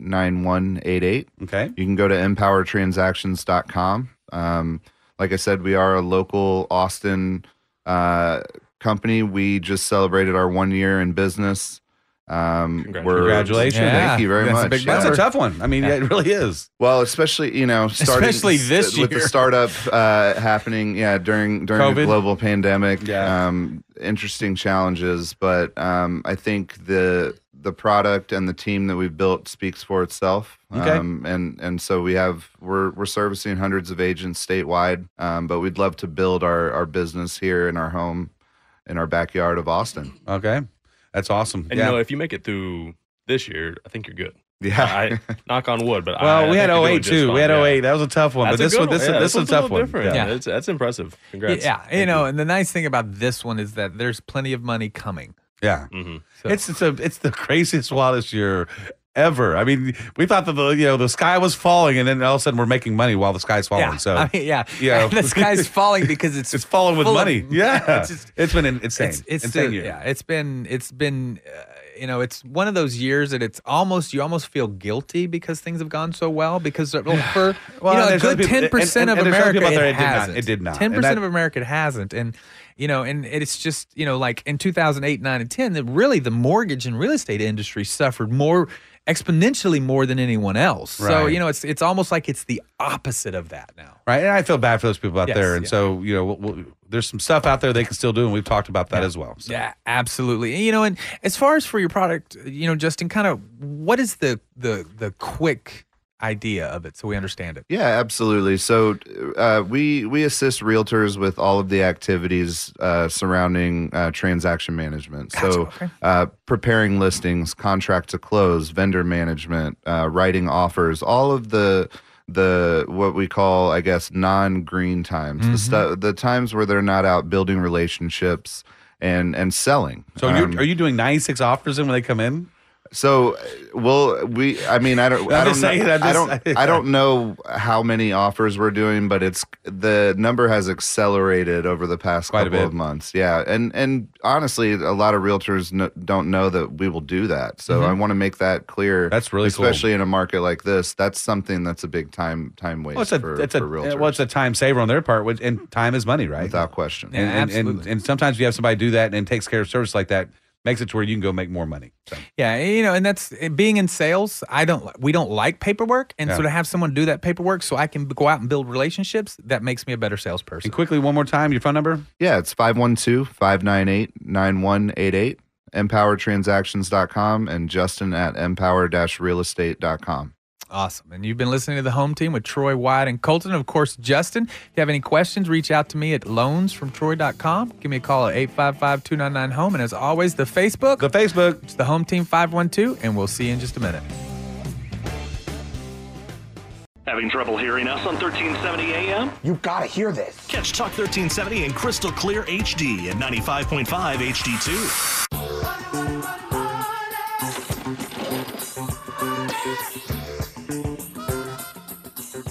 [SPEAKER 4] 512-598-9188.
[SPEAKER 3] Okay.
[SPEAKER 4] You can go to empowertransactions.com. Um, like I said, we are a local Austin uh, company. We just celebrated our one year in business. Um,
[SPEAKER 2] Congratulations.
[SPEAKER 4] we're-
[SPEAKER 3] Congratulations.
[SPEAKER 4] Thank you very
[SPEAKER 1] That's a
[SPEAKER 4] much.
[SPEAKER 1] big
[SPEAKER 4] Yeah.
[SPEAKER 3] That's
[SPEAKER 1] number.
[SPEAKER 3] a tough one. I mean, yeah, it really is.
[SPEAKER 4] Well, especially you know, starting
[SPEAKER 1] Especially this
[SPEAKER 4] with the
[SPEAKER 1] year.
[SPEAKER 4] startup uh, happening, yeah, during during the
[SPEAKER 3] COVID.
[SPEAKER 4] global pandemic,
[SPEAKER 3] Yeah.
[SPEAKER 4] um, interesting challenges. But um, I think the the product and the team that we've built speaks for itself.
[SPEAKER 3] Okay.
[SPEAKER 4] Um, and and so we have we're we're servicing hundreds of agents statewide, um, but we'd love to build our our business here in our home, in our backyard of Austin.
[SPEAKER 3] Okay. That's awesome.
[SPEAKER 2] And
[SPEAKER 3] yeah.
[SPEAKER 2] you know, if you make it through this year, I think you're good.
[SPEAKER 4] Yeah.
[SPEAKER 2] I knock on wood, but I,
[SPEAKER 3] well,
[SPEAKER 2] I
[SPEAKER 3] we had
[SPEAKER 2] think you're
[SPEAKER 3] 08
[SPEAKER 2] doing just
[SPEAKER 3] too. We
[SPEAKER 2] fine,
[SPEAKER 3] had
[SPEAKER 2] yeah.
[SPEAKER 3] 08. That was a tough one.
[SPEAKER 2] That's
[SPEAKER 3] but
[SPEAKER 2] a
[SPEAKER 3] this
[SPEAKER 2] good
[SPEAKER 3] one, this,
[SPEAKER 2] Yeah,
[SPEAKER 3] this, one's
[SPEAKER 2] one's
[SPEAKER 3] a tough
[SPEAKER 2] little
[SPEAKER 3] one.
[SPEAKER 2] Different.
[SPEAKER 3] Yeah.
[SPEAKER 1] Yeah.
[SPEAKER 2] That's, that's impressive. Congrats.
[SPEAKER 1] Yeah, you know, and the nice thing about this one is that there's plenty of money coming.
[SPEAKER 3] Yeah.
[SPEAKER 2] Mhm.
[SPEAKER 1] Mm-hmm. So-
[SPEAKER 3] It's it's a it's the craziest wildest year ever. I mean, we thought that the you know the sky was falling, and then all of a sudden we're making money while the sky's falling.
[SPEAKER 1] yeah,
[SPEAKER 3] So
[SPEAKER 1] I mean, yeah,
[SPEAKER 3] Yeah.
[SPEAKER 1] the sky's falling because it's
[SPEAKER 3] it's falling with
[SPEAKER 1] full of-
[SPEAKER 3] money. yeah,
[SPEAKER 1] it's just-
[SPEAKER 3] it's been in- insane.
[SPEAKER 1] It's, it's
[SPEAKER 3] insane
[SPEAKER 1] the-
[SPEAKER 3] year.
[SPEAKER 1] yeah, it's been it's been uh, you know it's one of those years that it's almost you almost feel guilty because things have gone so well because uh, well, for
[SPEAKER 3] Well,
[SPEAKER 1] you
[SPEAKER 3] and
[SPEAKER 1] know a
[SPEAKER 3] there's other
[SPEAKER 1] good
[SPEAKER 3] people- and-
[SPEAKER 1] ten percent
[SPEAKER 3] and-
[SPEAKER 1] of
[SPEAKER 3] and there's other
[SPEAKER 1] America
[SPEAKER 3] people out there,
[SPEAKER 1] it,
[SPEAKER 3] it did not-
[SPEAKER 1] hasn't.
[SPEAKER 3] it did not.
[SPEAKER 1] ten
[SPEAKER 3] And that-
[SPEAKER 1] percent of America it hasn't and you know and it's just you know like in 2008 9 and 10 that really the mortgage and real estate industry suffered more exponentially more than anyone else so
[SPEAKER 3] Right.
[SPEAKER 1] you know it's it's almost like it's the opposite of that now
[SPEAKER 3] Right, and I feel bad for those people out
[SPEAKER 1] Yes,
[SPEAKER 3] there, and
[SPEAKER 1] yeah.
[SPEAKER 3] so you know, we'll, we'll, there's some stuff out there they can still do, and we've talked about that as well. So.
[SPEAKER 1] Yeah, absolutely. And, you know, and as far as for your product, you know, Justin, kind of what is the the the quick idea of it so we understand it?
[SPEAKER 4] Yeah, absolutely. So uh, we we assist realtors with all of the activities uh, surrounding uh, transaction management. So
[SPEAKER 1] okay.
[SPEAKER 4] uh, preparing listings, contract to close, vendor management, uh, writing offers, all of the the what we call I guess non green times, the stu- the times where they're not out building relationships and and selling.
[SPEAKER 3] So you're,
[SPEAKER 4] Um,
[SPEAKER 3] are you doing 96 offers in when they come in?
[SPEAKER 4] so, uh, well, we. I mean, I don't. I
[SPEAKER 3] I'm
[SPEAKER 4] don't.
[SPEAKER 3] just
[SPEAKER 4] know,
[SPEAKER 3] saying, I'm
[SPEAKER 4] I
[SPEAKER 3] just saying.
[SPEAKER 4] don't. I don't know how many offers we're doing, but it's the number has accelerated over the past
[SPEAKER 3] Quite a
[SPEAKER 4] couple
[SPEAKER 3] bit.
[SPEAKER 4] of months. Yeah, and and honestly, a lot of realtors no, don't know that we will do that. So I want to make that clear.
[SPEAKER 3] Mm-hmm. That's really cool.
[SPEAKER 4] especially in a market like this. That's something that's a big time time waste
[SPEAKER 3] Well, it's a
[SPEAKER 4] for,
[SPEAKER 3] it's a
[SPEAKER 4] for realtors.
[SPEAKER 3] well, it's a time saver on their part, which, and time is money, right?
[SPEAKER 4] without question.
[SPEAKER 1] Yeah,
[SPEAKER 3] and, and, and,
[SPEAKER 1] absolutely.
[SPEAKER 3] and sometimes you have somebody do that and takes care of service like that, makes it to where you can go make more money. So,
[SPEAKER 1] Yeah, you know, and that's being in sales. I don't li- we don't like paperwork, and
[SPEAKER 3] Yeah.
[SPEAKER 1] so to have someone do that paperwork so I can go out and build relationships, that makes me a better salesperson.
[SPEAKER 3] and quickly, one more time, your phone number.
[SPEAKER 4] Yeah, it's 512-598-9188, empowertransactions.com and justin at empower-realestate.com.
[SPEAKER 1] Awesome. And you've been listening to the home team with Troy White and Colton. Of course, Justin. If you have any questions, reach out to me at loansfromtroy.com. Give me a call at 855 299 home. And as always, the Facebook.
[SPEAKER 3] Go Facebook.
[SPEAKER 1] It's the Home Team 512, and we'll see you in just a minute.
[SPEAKER 7] Having trouble hearing us on 1370 AM?
[SPEAKER 8] You've got to hear this.
[SPEAKER 6] Catch Talk 1370 in crystal clear HD at 95.5 HD2.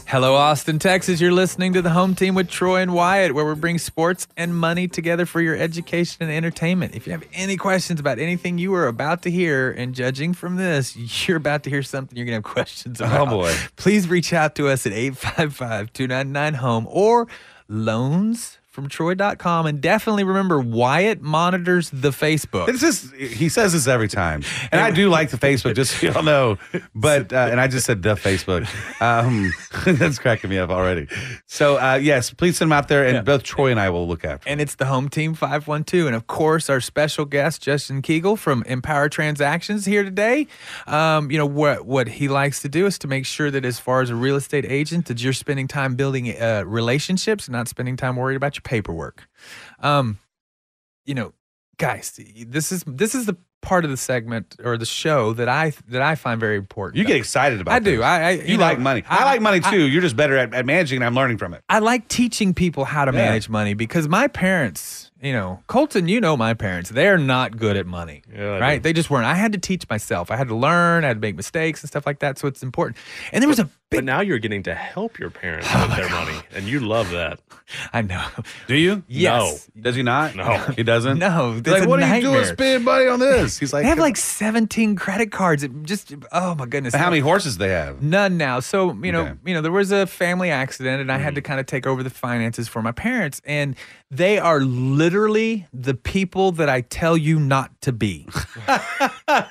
[SPEAKER 1] Hello, Austin, Texas. You're listening to the Home Team with Troy and Wyatt, where we bring sports and money together for your education and entertainment. If you have any questions about anything you are about to hear, and judging from this, you're about to hear something you're going to have questions about.
[SPEAKER 3] Oh, boy.
[SPEAKER 1] Please reach out to us at 855 299 home or loans from troy.com and definitely remember wyatt monitors the facebook
[SPEAKER 3] It's just he says this every time, and I do like the Facebook, just so y'all know. But uh, and I just said the Facebook. Um, that's cracking me up already. So uh, yes, please send them out there, and both Troy and I will look after. 'em.
[SPEAKER 1] And it's the Home Team 512. And of course, our special guest, Justin Kegel from Empower Transactions, here today. Um, you know, what, what he likes to do is to make sure that as far as a real estate agent, that you're spending time building uh, relationships, not spending time worried about your paperwork. Um, you know, guys, this is this is the part of the segment or the show that I that I find very important.
[SPEAKER 3] You
[SPEAKER 1] though.
[SPEAKER 3] get excited about
[SPEAKER 1] I do.
[SPEAKER 3] things.
[SPEAKER 1] I, I
[SPEAKER 3] you like
[SPEAKER 1] know,
[SPEAKER 3] money. I, like money
[SPEAKER 1] I-
[SPEAKER 3] too. You're just better at, at managing, and I'm learning from it.
[SPEAKER 1] I like teaching people how to
[SPEAKER 3] Yeah.
[SPEAKER 1] manage money because my parents, you know, Colton, you know my parents, they're not good at money.
[SPEAKER 2] Yeah, I
[SPEAKER 1] right?
[SPEAKER 2] do.
[SPEAKER 1] They just weren't. I had to teach myself. I had to learn, I had to make mistakes and stuff like that. So it's important. And there was a
[SPEAKER 2] But
[SPEAKER 1] big
[SPEAKER 2] now you're getting to help your parents with their money, and you love that.
[SPEAKER 1] I know.
[SPEAKER 3] Do you?
[SPEAKER 1] Yes.
[SPEAKER 3] Does he not?
[SPEAKER 2] No.
[SPEAKER 3] he doesn't.
[SPEAKER 1] No,
[SPEAKER 3] He's
[SPEAKER 1] that's
[SPEAKER 3] like
[SPEAKER 1] a
[SPEAKER 3] what are you doing
[SPEAKER 1] nightmare."
[SPEAKER 3] spending money on this? He's like,
[SPEAKER 1] They have like 17 credit cards. It just oh my goodness.
[SPEAKER 3] how many horses they have?
[SPEAKER 1] None now. So you know,
[SPEAKER 3] Okay. Mm-hmm.
[SPEAKER 1] you know, there was a family accident, and I had to kind of take over the finances for my parents. And they are literally the people that I tell you not to be.
[SPEAKER 3] I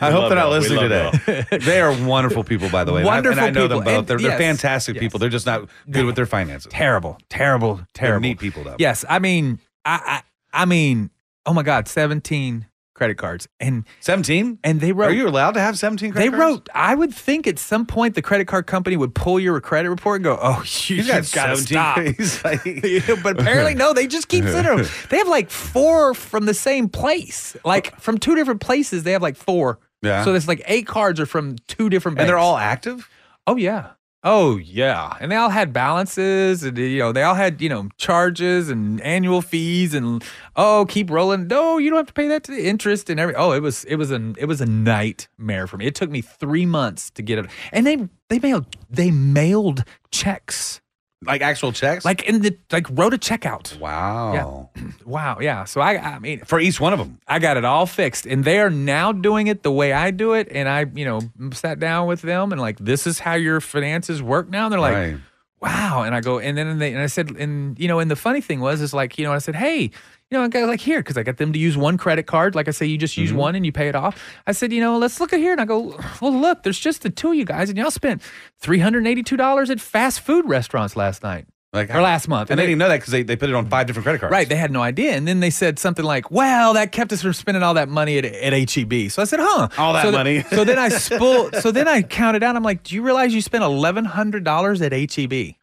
[SPEAKER 3] hope
[SPEAKER 2] love
[SPEAKER 3] they're not
[SPEAKER 2] that. We
[SPEAKER 3] listening
[SPEAKER 2] love
[SPEAKER 3] today. they are wonderful people, by the way. And I-
[SPEAKER 1] Wonderful
[SPEAKER 3] and I know them
[SPEAKER 1] people.
[SPEAKER 3] both.
[SPEAKER 1] And-
[SPEAKER 3] they're, they're
[SPEAKER 1] yes.
[SPEAKER 3] fantastic
[SPEAKER 1] Yes.
[SPEAKER 3] people. They're just not good with their finances.
[SPEAKER 1] terrible, terrible, terrible.
[SPEAKER 3] neat people, though.
[SPEAKER 1] Yes, I mean, I, I, I mean, oh my God, seventeen credit cards, and
[SPEAKER 3] Seventeen.
[SPEAKER 1] and they wrote.
[SPEAKER 3] Are you allowed to have seventeen?
[SPEAKER 1] they
[SPEAKER 3] credit cards?
[SPEAKER 1] wrote. I would think at some point the credit card company would pull your credit report and go, "Oh, you,
[SPEAKER 3] He's
[SPEAKER 1] you've
[SPEAKER 3] got
[SPEAKER 1] got to
[SPEAKER 3] 17
[SPEAKER 1] stop."
[SPEAKER 3] He's like,
[SPEAKER 1] but apparently, no. They just keep sending them. They have like four from the same place, like from two different places. They have like four.
[SPEAKER 3] Yeah.
[SPEAKER 1] So it's like eight cards are from two different.
[SPEAKER 3] and they're
[SPEAKER 1] banks.
[SPEAKER 3] all active.
[SPEAKER 1] Oh yeah. Oh yeah. And they all had balances and you know, they all had, you know, charges and annual fees and oh, keep rolling. No, you don't have to pay that to the interest and every oh, it was it was an it was a nightmare for me. It took me three months to get it. And they they mailed they mailed checks.
[SPEAKER 3] Like actual checks.
[SPEAKER 1] Like in the like wrote a check out.
[SPEAKER 3] wow.
[SPEAKER 1] Wow, yeah. So I I mean
[SPEAKER 3] For each one of them.
[SPEAKER 1] I got it all fixed, and they are now doing it the way I do it. And I, you know, sat down with them and like, this is how your finances work now. And they're like,
[SPEAKER 3] Right.
[SPEAKER 1] wow. And I go, and then they, and I said, and you know, and the funny thing was, is like, you know, I said, hey, you know, I got like here because I got them to use one credit card. Like I say, you just use one and you pay it off. I said, you know, let's look at here. And I go, well, look, there's just the two of you guys, and y'all spent three hundred eighty-two dollars at fast food restaurants last night
[SPEAKER 3] Like
[SPEAKER 1] or last month.
[SPEAKER 3] And they didn't know that because they, they put it on five different credit cards.
[SPEAKER 1] Right, they had no idea. And then they said something like, "Well, that kept us from spending all that money at, at HEB." So I said, "Huh,
[SPEAKER 3] All that
[SPEAKER 1] so th-
[SPEAKER 3] money.
[SPEAKER 1] so then I spool. So then I counted out. I'm like, "Do you realize you spent eleven hundred dollars at HEB?"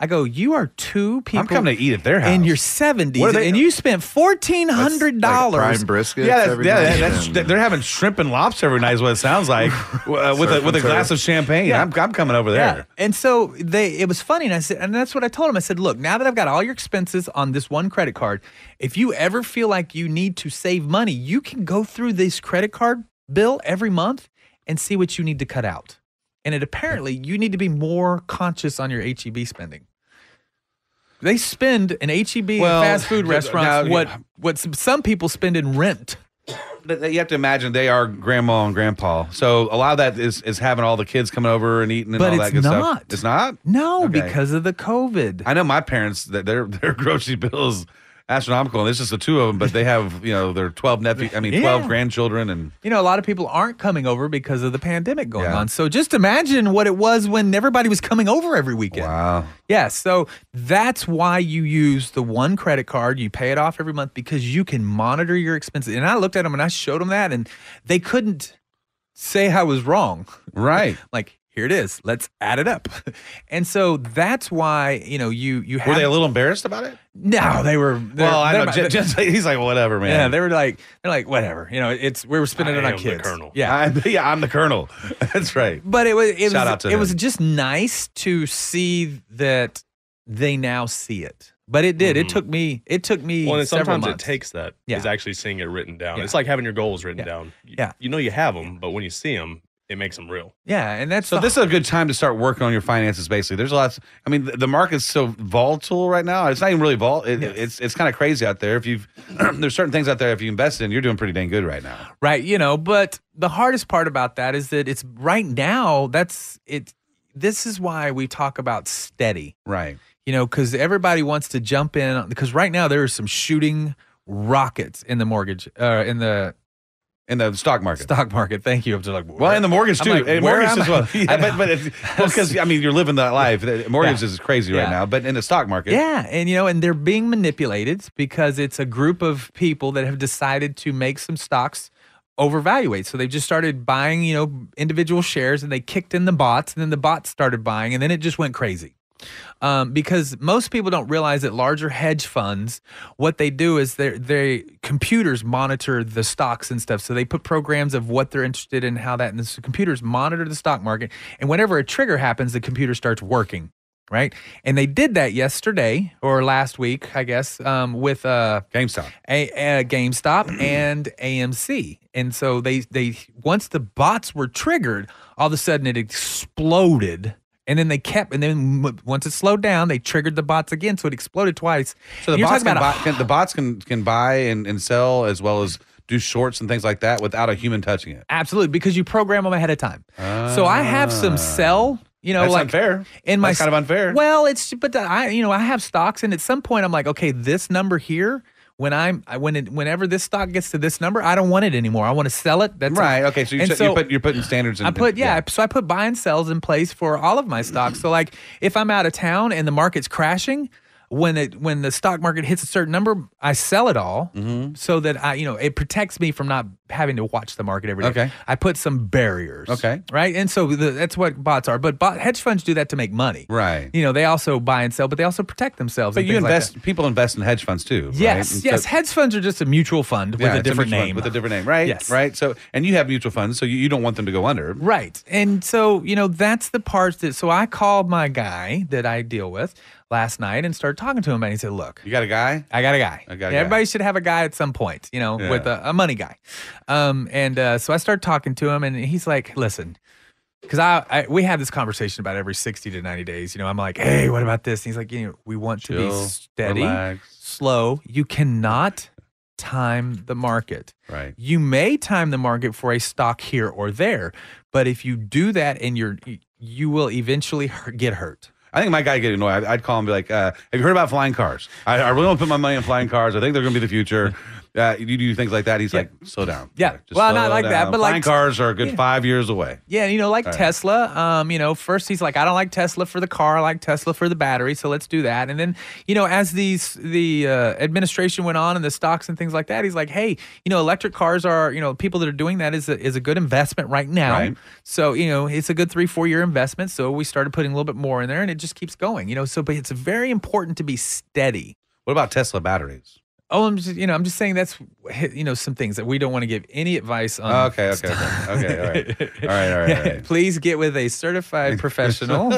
[SPEAKER 1] I go, "You are two people.
[SPEAKER 3] I'm coming to eat at their house.
[SPEAKER 1] in your seventies,
[SPEAKER 3] What are they-
[SPEAKER 1] and you spent fourteen hundred dollars."
[SPEAKER 4] prime brisket.
[SPEAKER 3] yeah, that's,
[SPEAKER 4] every
[SPEAKER 3] yeah,
[SPEAKER 4] night
[SPEAKER 3] that's,
[SPEAKER 4] and-
[SPEAKER 3] they're having shrimp and lobster every night is what it sounds like uh, with a,
[SPEAKER 4] Surf
[SPEAKER 3] with a
[SPEAKER 4] and
[SPEAKER 3] glass of
[SPEAKER 4] turf.
[SPEAKER 3] champagne. I'm, I'm coming over there.
[SPEAKER 1] Yeah. And so they it was funny and I said and that's what I told him. I said, "Look, now that I've got all your expenses on this one credit card, if you ever feel like you need to save money, you can go through this credit card bill every month and see what you need to cut out." And it apparently you need to be more conscious on your HEB spending. They spend in HEB
[SPEAKER 3] Well,
[SPEAKER 1] and fast food
[SPEAKER 3] th- now,
[SPEAKER 1] restaurants
[SPEAKER 3] you-
[SPEAKER 1] what what some, some people spend in rent.
[SPEAKER 3] But they- you have to imagine they are grandma and grandpa. So a lot of that is, is having all the kids coming over and eating and
[SPEAKER 1] But
[SPEAKER 3] all that
[SPEAKER 1] it's
[SPEAKER 3] good stuff.
[SPEAKER 1] not.
[SPEAKER 3] It's not.
[SPEAKER 1] No,
[SPEAKER 3] Okay.
[SPEAKER 1] because of the COVID.
[SPEAKER 3] I know my parents that their their grocery bills astronomical, and it's just the two of them. But they have you know their twelve nephew, I mean twelve
[SPEAKER 1] Yeah.
[SPEAKER 3] grandchildren, and
[SPEAKER 1] you know, a lot of people aren't coming over because of the pandemic going
[SPEAKER 3] Yeah.
[SPEAKER 1] on. So just imagine what it was when everybody was coming over every weekend.
[SPEAKER 3] wow,
[SPEAKER 1] Yeah. So that's why you use the one credit card. You pay it off every month because you can monitor your expenses. And I looked at them and I showed them that, and they couldn't say I was wrong.
[SPEAKER 3] right?
[SPEAKER 1] Like, here it is. Let's add it up. And so that's why, you know, you you
[SPEAKER 3] Were
[SPEAKER 1] have
[SPEAKER 3] they a little embarrassed about it?
[SPEAKER 1] No, they were they're-
[SPEAKER 3] well, I
[SPEAKER 1] they're
[SPEAKER 3] know.
[SPEAKER 1] my-
[SPEAKER 3] Jen, Jen's like, he's like, whatever, man.
[SPEAKER 1] yeah, they were like they're like whatever. You know, it's we were spending
[SPEAKER 2] I
[SPEAKER 1] it on
[SPEAKER 2] am the
[SPEAKER 1] kids.
[SPEAKER 2] colonel.
[SPEAKER 1] Yeah.
[SPEAKER 3] I'm, yeah, I'm the colonel. That's right.
[SPEAKER 1] But it was it
[SPEAKER 3] Shout
[SPEAKER 1] was
[SPEAKER 3] out to
[SPEAKER 1] it was
[SPEAKER 3] them.
[SPEAKER 1] just nice to see that they now see it. But it did.
[SPEAKER 3] Mm.
[SPEAKER 1] It took me. It took me.
[SPEAKER 2] Well, and
[SPEAKER 1] several
[SPEAKER 2] sometimes it
[SPEAKER 1] months.
[SPEAKER 2] takes that is
[SPEAKER 1] Yeah.
[SPEAKER 2] actually seeing it written down.
[SPEAKER 1] Yeah.
[SPEAKER 2] It's like having your goals written
[SPEAKER 1] Yeah.
[SPEAKER 2] down. You,
[SPEAKER 1] Yeah.
[SPEAKER 2] you know you have them, but when you see them, it makes them real.
[SPEAKER 1] Yeah, and that's
[SPEAKER 3] So
[SPEAKER 1] the-
[SPEAKER 3] this is a good time to start working on your finances. Basically, there's lots. I mean, the, the market's so volatile right now. It's not even really volatile. It, It's it's kind of crazy out there. If you've there's certain things out there. If you invest in, you're doing pretty dang good right now.
[SPEAKER 1] right. You know, but the hardest part about that is that it's right now. That's it. This is why we talk about steady.
[SPEAKER 3] Right.
[SPEAKER 1] You know, because everybody wants to jump in. Because right now there are some shooting rockets in the mortgage uh, in the
[SPEAKER 3] In the stock market.
[SPEAKER 1] stock market. Thank you. I'm just like
[SPEAKER 3] Well, and the mortgage
[SPEAKER 1] I'm
[SPEAKER 3] too.
[SPEAKER 1] like,
[SPEAKER 3] and
[SPEAKER 1] where
[SPEAKER 3] mortgage
[SPEAKER 1] am
[SPEAKER 3] as well.
[SPEAKER 1] I?
[SPEAKER 3] Yeah,
[SPEAKER 1] I
[SPEAKER 3] but
[SPEAKER 1] know.
[SPEAKER 3] but it's because I mean you're living that life. The Mortgage
[SPEAKER 1] Yeah.
[SPEAKER 3] is crazy right
[SPEAKER 1] Yeah.
[SPEAKER 3] now, but in the stock market,
[SPEAKER 1] Yeah, and you know, and they're being manipulated because it's a group of people that have decided to make some stocks overvaluate. So they've just started buying, you know, individual shares and they kicked in the bots and then the bots started buying and then it just went crazy. um, because most people don't realize that larger hedge funds, what they do is they they computers monitor the stocks and stuff. So they put programs of what they're interested in, how that, and so computers monitor the stock market. And whenever a trigger happens, the computer starts working, right? And they did that yesterday or last week, I guess, um, with uh,
[SPEAKER 3] GameStop.
[SPEAKER 1] a, uh, GameStop and AMC. And so they they once the bots were triggered, all of a sudden it exploded. And then they kept, and then m- once it slowed down, they triggered the bots again, so it exploded twice.
[SPEAKER 3] So the
[SPEAKER 1] And you're talking
[SPEAKER 3] bots can, buy,
[SPEAKER 1] about a-
[SPEAKER 3] can the bots can can buy and, and sell as well as do shorts and things like that without a human touching it.
[SPEAKER 1] absolutely because you program them ahead of time. so I have some
[SPEAKER 3] Ah.
[SPEAKER 1] sell, you know,
[SPEAKER 3] That's
[SPEAKER 1] like
[SPEAKER 3] unfair.
[SPEAKER 1] in my
[SPEAKER 3] That's kind of unfair.
[SPEAKER 1] Well, it's but the, I you know I have stocks, and at some point I'm like, okay, this number here. When I'm I, when it, whenever this stock gets to this number, I don't want it anymore. I want to sell it. That's
[SPEAKER 3] right. Okay. So, you
[SPEAKER 1] and
[SPEAKER 3] set- you put, you're putting standards. In,
[SPEAKER 1] I put
[SPEAKER 3] in-
[SPEAKER 1] yeah, so I put buy and sells in place for all of my stocks. So like if I'm out of town and the market's crashing, when it when the stock market hits a certain number, I sell it all
[SPEAKER 3] Mm-hmm.
[SPEAKER 1] so that I you know it protects me from not having to watch the market every day.
[SPEAKER 3] Okay.
[SPEAKER 1] I put some barriers.
[SPEAKER 3] Okay.
[SPEAKER 1] right, and so the, that's what bots are. But bot, hedge funds do that to make money.
[SPEAKER 3] Right.
[SPEAKER 1] You know they also buy and sell, but they also protect themselves.
[SPEAKER 3] But
[SPEAKER 1] and
[SPEAKER 3] you
[SPEAKER 1] things like
[SPEAKER 3] invest.
[SPEAKER 1] that.
[SPEAKER 3] people invest in hedge funds too.
[SPEAKER 1] Yes,
[SPEAKER 3] right? And
[SPEAKER 1] yes.
[SPEAKER 3] so-
[SPEAKER 1] hedge funds are just a mutual fund with
[SPEAKER 3] yeah,
[SPEAKER 1] a
[SPEAKER 3] it's
[SPEAKER 1] different
[SPEAKER 3] mutual fund
[SPEAKER 1] name.
[SPEAKER 3] With a different name, right?
[SPEAKER 1] Yes.
[SPEAKER 3] Right. So, and you have mutual funds, so you, you don't want them to go under.
[SPEAKER 1] Right. And so, you know, that's the part that, so I called my guy that I deal with last night and started talking to him. And he said, Look,
[SPEAKER 3] You got a guy.
[SPEAKER 1] I got a guy.
[SPEAKER 3] I got a guy.
[SPEAKER 1] Everybody should have a guy at some point, you know,
[SPEAKER 3] Yeah.
[SPEAKER 1] with a, a money guy. Um, and uh, so I started talking to him, and he's like, "Listen, because I, I we have this conversation about every sixty to ninety days. You know, I'm like, hey, what about this? And he's like, you know, we want to be
[SPEAKER 3] Chill,
[SPEAKER 1] steady,
[SPEAKER 3] relax.
[SPEAKER 1] slow. You cannot time the market.
[SPEAKER 3] Right.
[SPEAKER 1] You may time the market for a stock here or there, but if you do that, and you're you will eventually hurt- get hurt.
[SPEAKER 3] I think my guy get annoyed. I'd, I'd call him and be like, uh, "Have you heard about flying cars? I, I really want to put my money in flying cars. I think they're going to be the future." Uh, you do things like that. He's like, "Slow down."
[SPEAKER 1] Yeah.
[SPEAKER 3] Just
[SPEAKER 1] Well,
[SPEAKER 3] slow
[SPEAKER 1] not like that,
[SPEAKER 3] down.
[SPEAKER 1] but, like-
[SPEAKER 3] flying cars are a good
[SPEAKER 1] Yeah.
[SPEAKER 3] five years away.
[SPEAKER 1] Yeah, you know, like
[SPEAKER 3] All right.
[SPEAKER 1] Tesla. Um, you know, first he's like, I don't like Tesla for the car, I like Tesla for the battery, so let's do that. And then, you know, as these the uh, administration went on and the stocks and things like that, he's like, hey, you know, electric cars are, you know, people that are doing that is a, is a good investment right now.
[SPEAKER 3] Right.
[SPEAKER 1] So you know, it's a good three four year investment. So we started putting a little bit more in there, and it just keeps going. You know, so but it's very important to be steady.
[SPEAKER 3] What about Tesla batteries?
[SPEAKER 1] Oh, I'm just, you know, I'm just saying that's, you know, some things that we don't want to give any advice on.
[SPEAKER 3] okay, okay, okay, okay, all right, all right, all right. All right.
[SPEAKER 1] Please get with a certified professional.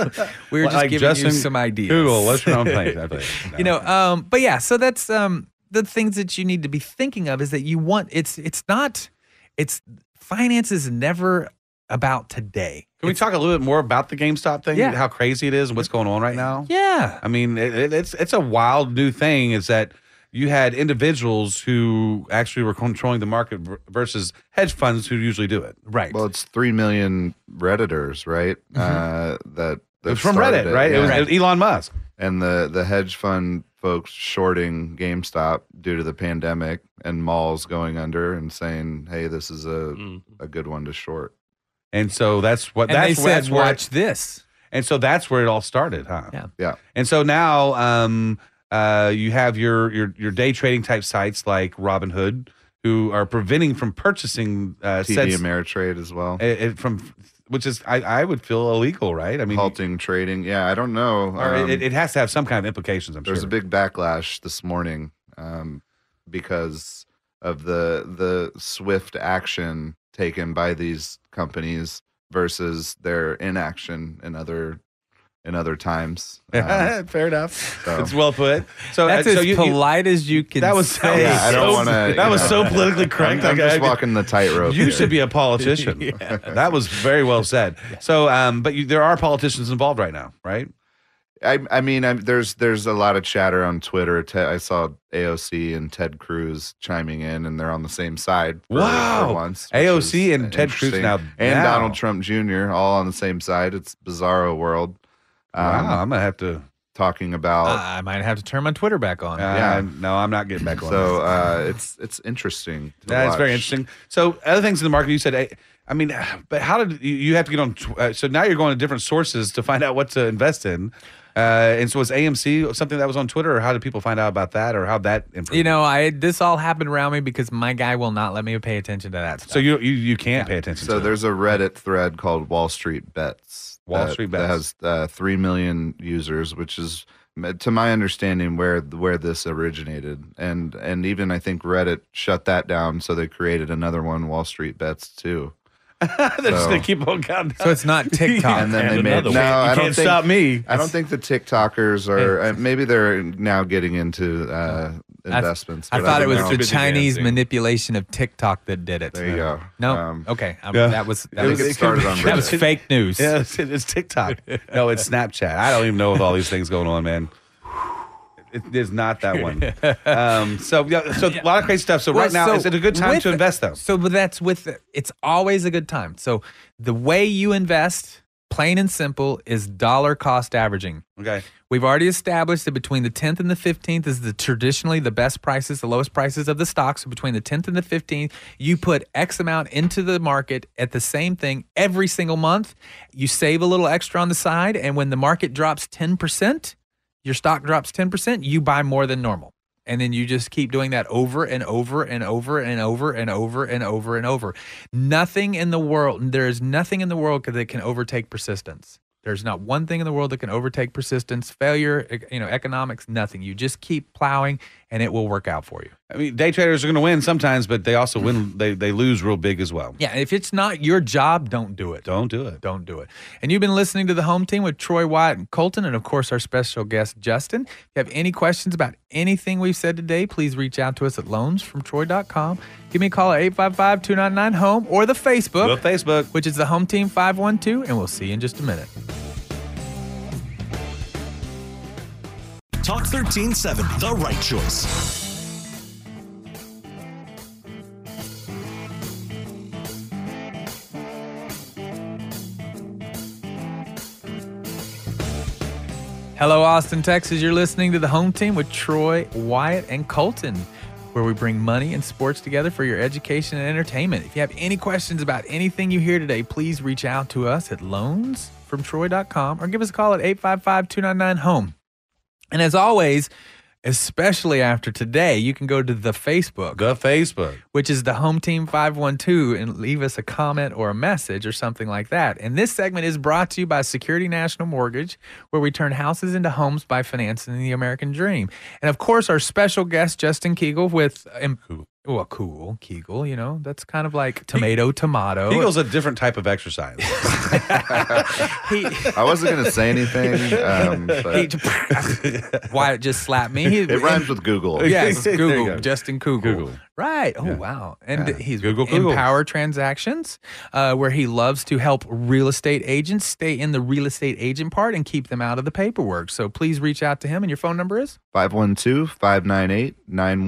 [SPEAKER 1] We were just
[SPEAKER 3] Like
[SPEAKER 1] giving
[SPEAKER 3] Justin
[SPEAKER 1] you some ideas.
[SPEAKER 3] Google, what's your own thing? I play- no.
[SPEAKER 1] you know, um, but yeah, so that's um, the things that you need to be thinking of is that you want it's it's not it's finance is never about today.
[SPEAKER 3] Can we talk a little bit more about the GameStop thing?
[SPEAKER 1] Yeah.
[SPEAKER 3] How crazy it is and what's going on right now?
[SPEAKER 1] Yeah.
[SPEAKER 3] I mean, it, it- it's it's a wild new thing. Is that you had individuals who actually were controlling the market v- versus hedge funds who usually do it.
[SPEAKER 1] Right.
[SPEAKER 4] Well, it's three million redditors, right? Uh,
[SPEAKER 3] Mm-hmm.
[SPEAKER 4] that
[SPEAKER 3] It
[SPEAKER 4] that
[SPEAKER 3] was from
[SPEAKER 4] started
[SPEAKER 3] Reddit, right?
[SPEAKER 4] yeah.
[SPEAKER 3] It, was, it was Elon Musk.
[SPEAKER 4] and the the hedge fund folks shorting GameStop due to the pandemic and malls going under and saying, "Hey, this is a
[SPEAKER 2] Mm.
[SPEAKER 4] a good one to short."
[SPEAKER 3] And so that's what
[SPEAKER 1] and
[SPEAKER 3] that's,
[SPEAKER 1] they
[SPEAKER 3] where-
[SPEAKER 1] said,
[SPEAKER 3] that's where
[SPEAKER 1] watch this.
[SPEAKER 3] and so that's where it all started, huh?
[SPEAKER 1] Yeah.
[SPEAKER 4] Yeah.
[SPEAKER 3] And so now um uh you have your your your day trading type sites like Robinhood who are preventing from purchasing uh
[SPEAKER 4] TD
[SPEAKER 3] sets-
[SPEAKER 4] Ameritrade as well.
[SPEAKER 3] it, it uh, from which is I, I would feel illegal, right? I mean
[SPEAKER 4] halting trading. Yeah, I don't know.
[SPEAKER 3] or
[SPEAKER 4] Um,
[SPEAKER 3] it, it has to have some kind of implications, I'm
[SPEAKER 4] there was
[SPEAKER 3] sure.
[SPEAKER 4] a big backlash this morning um, because of the the swift action taken by these companies versus their inaction in other in other times. Um,
[SPEAKER 3] Fair enough.
[SPEAKER 4] so-
[SPEAKER 3] It's well put. So
[SPEAKER 1] That's
[SPEAKER 3] uh, so
[SPEAKER 1] as
[SPEAKER 3] you- you-
[SPEAKER 1] polite as you can
[SPEAKER 3] that was
[SPEAKER 1] say.
[SPEAKER 4] Yeah, I don't
[SPEAKER 3] so-
[SPEAKER 4] wanna, you
[SPEAKER 3] That was
[SPEAKER 4] know.
[SPEAKER 3] so politically correct.
[SPEAKER 4] I'm,
[SPEAKER 3] Like,
[SPEAKER 4] I'm just
[SPEAKER 3] I-
[SPEAKER 4] walking the tightrope.
[SPEAKER 3] You
[SPEAKER 4] here.
[SPEAKER 3] should be a politician. That was very well said. So, um, but you, there are politicians involved right now, right?
[SPEAKER 4] I, I mean, I'm, there's there's a lot of chatter on Twitter. Te- I saw AOC and Ted Cruz chiming in, and they're on the same side. For,
[SPEAKER 3] Wow.
[SPEAKER 4] for once, which
[SPEAKER 3] AOC
[SPEAKER 4] is
[SPEAKER 3] and Ted Cruz
[SPEAKER 4] interesting.
[SPEAKER 3] now-
[SPEAKER 4] and
[SPEAKER 3] now.
[SPEAKER 4] Donald Trump Jr. all on the same side. It's bizarro world. Um,
[SPEAKER 3] wow, Ah. I'm gonna have to.
[SPEAKER 4] Talking about
[SPEAKER 1] I might have to turn my Twitter back on.
[SPEAKER 3] yeah, no, I'm not getting back on.
[SPEAKER 4] so
[SPEAKER 3] that.
[SPEAKER 4] uh, it's it's interesting. to
[SPEAKER 3] That's very
[SPEAKER 4] watch.
[SPEAKER 3] interesting. So, other things in the market, you said. eh, I mean, but how did you, you have to get on? tw- Uh, so now you're going to different sources to find out what to invest in. Uh, and so was AMC something that was on Twitter, or how did people find out about that, or how that? improved?
[SPEAKER 1] You know, I this all happened around me because my guy will not let me pay attention to that stuff.
[SPEAKER 3] so you you, you can't pay attention.
[SPEAKER 4] So
[SPEAKER 3] to
[SPEAKER 4] there's a Reddit thread called Wall Street Bets.
[SPEAKER 3] Wall
[SPEAKER 4] that-
[SPEAKER 3] Street
[SPEAKER 4] that
[SPEAKER 3] Bets.
[SPEAKER 4] has uh, three million users, which is, to my understanding, where where this originated, and and even I think Reddit shut that down, so they created another one, Wall Street Bets too.
[SPEAKER 3] it. they're just
[SPEAKER 4] so-
[SPEAKER 3] gonna keep on counting.
[SPEAKER 1] So it's not TikTok.
[SPEAKER 4] And then
[SPEAKER 2] And
[SPEAKER 4] they made
[SPEAKER 2] another
[SPEAKER 4] no.
[SPEAKER 2] one. You
[SPEAKER 4] I don't
[SPEAKER 3] can't
[SPEAKER 4] think,
[SPEAKER 3] stop me.
[SPEAKER 4] I don't think the TikTokers are. Uh, maybe they're now getting into uh,
[SPEAKER 1] I-
[SPEAKER 4] investments.
[SPEAKER 1] I
[SPEAKER 4] but
[SPEAKER 1] thought it
[SPEAKER 4] don't
[SPEAKER 1] was
[SPEAKER 4] know.
[SPEAKER 1] the
[SPEAKER 2] Stupid
[SPEAKER 1] Chinese
[SPEAKER 2] dancing.
[SPEAKER 1] manipulation of TikTok that did it.
[SPEAKER 4] There you go.
[SPEAKER 1] No,
[SPEAKER 4] Um,
[SPEAKER 1] okay, um,
[SPEAKER 3] yeah.
[SPEAKER 1] that was that
[SPEAKER 4] I
[SPEAKER 1] was,
[SPEAKER 4] think it started on
[SPEAKER 1] that was
[SPEAKER 4] Reddit.
[SPEAKER 1] fake news.
[SPEAKER 3] Yeah, it's, it's TikTok. No, it's Snapchat. I don't even know with all these things going on, man. It is not that one. Um, so yeah, so a lot of crazy stuff. So
[SPEAKER 1] Well,
[SPEAKER 3] right now,
[SPEAKER 1] so
[SPEAKER 3] is it a good time
[SPEAKER 1] with-
[SPEAKER 3] to invest though?
[SPEAKER 1] So but that's with it's always a good time. So the way you invest, plain and simple, is dollar cost averaging.
[SPEAKER 3] Okay.
[SPEAKER 1] We've already established that between the 10th and the 15th is the traditionally the best prices, the lowest prices of the stocks. So between the 10th and the 15th, you put X amount into the market at the same thing every single month. You save a little extra on the side, and when the market drops 10%, your stock drops 10%, you buy more than normal. And then you just keep doing that over and over and over and over and over and over and over. Nothing in the world, there is nothing in the world that can overtake persistence. There's not one thing in the world that can overtake persistence, failure, e- you know, economics, nothing. You just keep plowing and it will work out for you.
[SPEAKER 3] I mean, day traders are going to win sometimes, but they also win. They they lose real big as well.
[SPEAKER 1] Yeah. If it's not your job, don't do it.
[SPEAKER 3] Don't do it.
[SPEAKER 1] Don't do it. And you've been listening to the home team with Troy Wyatt and Colton, and of course, our special guest, Justin. If you have any questions about anything we've said today, please reach out to us at loansfromtroy.com. Give me a call at 855 299 home or the
[SPEAKER 3] Go
[SPEAKER 1] Facebook,
[SPEAKER 3] to Facebook.
[SPEAKER 1] which is the home team 512, and we'll see you in just a minute.
[SPEAKER 6] Talk 1370, the right choice.
[SPEAKER 1] Hello, Austin, Texas. You're listening to the home team with Troy Wyatt and Colton, where we bring money and sports together for your education and entertainment. If you have any questions about anything you hear today, please reach out to us at loansfromtroy.com or give us a call at 855 299 home. E. And as always, especially after today, you can go to the Facebook
[SPEAKER 3] Go to Facebook.
[SPEAKER 1] which is the home team 512 and leave us a comment or a message or something like that and this segment is brought to you by security national mortgage where we turn houses into homes by financing the american dream and of course our special guest justin kegel with um, well cool kegel you know that's kind of like tomato tomato
[SPEAKER 3] Eagle's a different type of exercise.
[SPEAKER 1] he,
[SPEAKER 4] I wasn't gonna say anything. Um,
[SPEAKER 1] he
[SPEAKER 4] but
[SPEAKER 1] wyatt just slapped me He-
[SPEAKER 4] it rhymes with Google.
[SPEAKER 1] Yeah, it's
[SPEAKER 3] There you
[SPEAKER 1] Google,
[SPEAKER 3] go.
[SPEAKER 1] Justin Kugel.
[SPEAKER 3] Google.
[SPEAKER 1] Right. Oh, wow. And he's
[SPEAKER 3] Google,
[SPEAKER 1] Google,
[SPEAKER 3] Google.
[SPEAKER 1] Empower Transactions, uh, where he loves to help real estate agents stay in the real estate agent part and keep them out of the paperwork. So please reach out to him. And your phone number is?
[SPEAKER 4] 512 598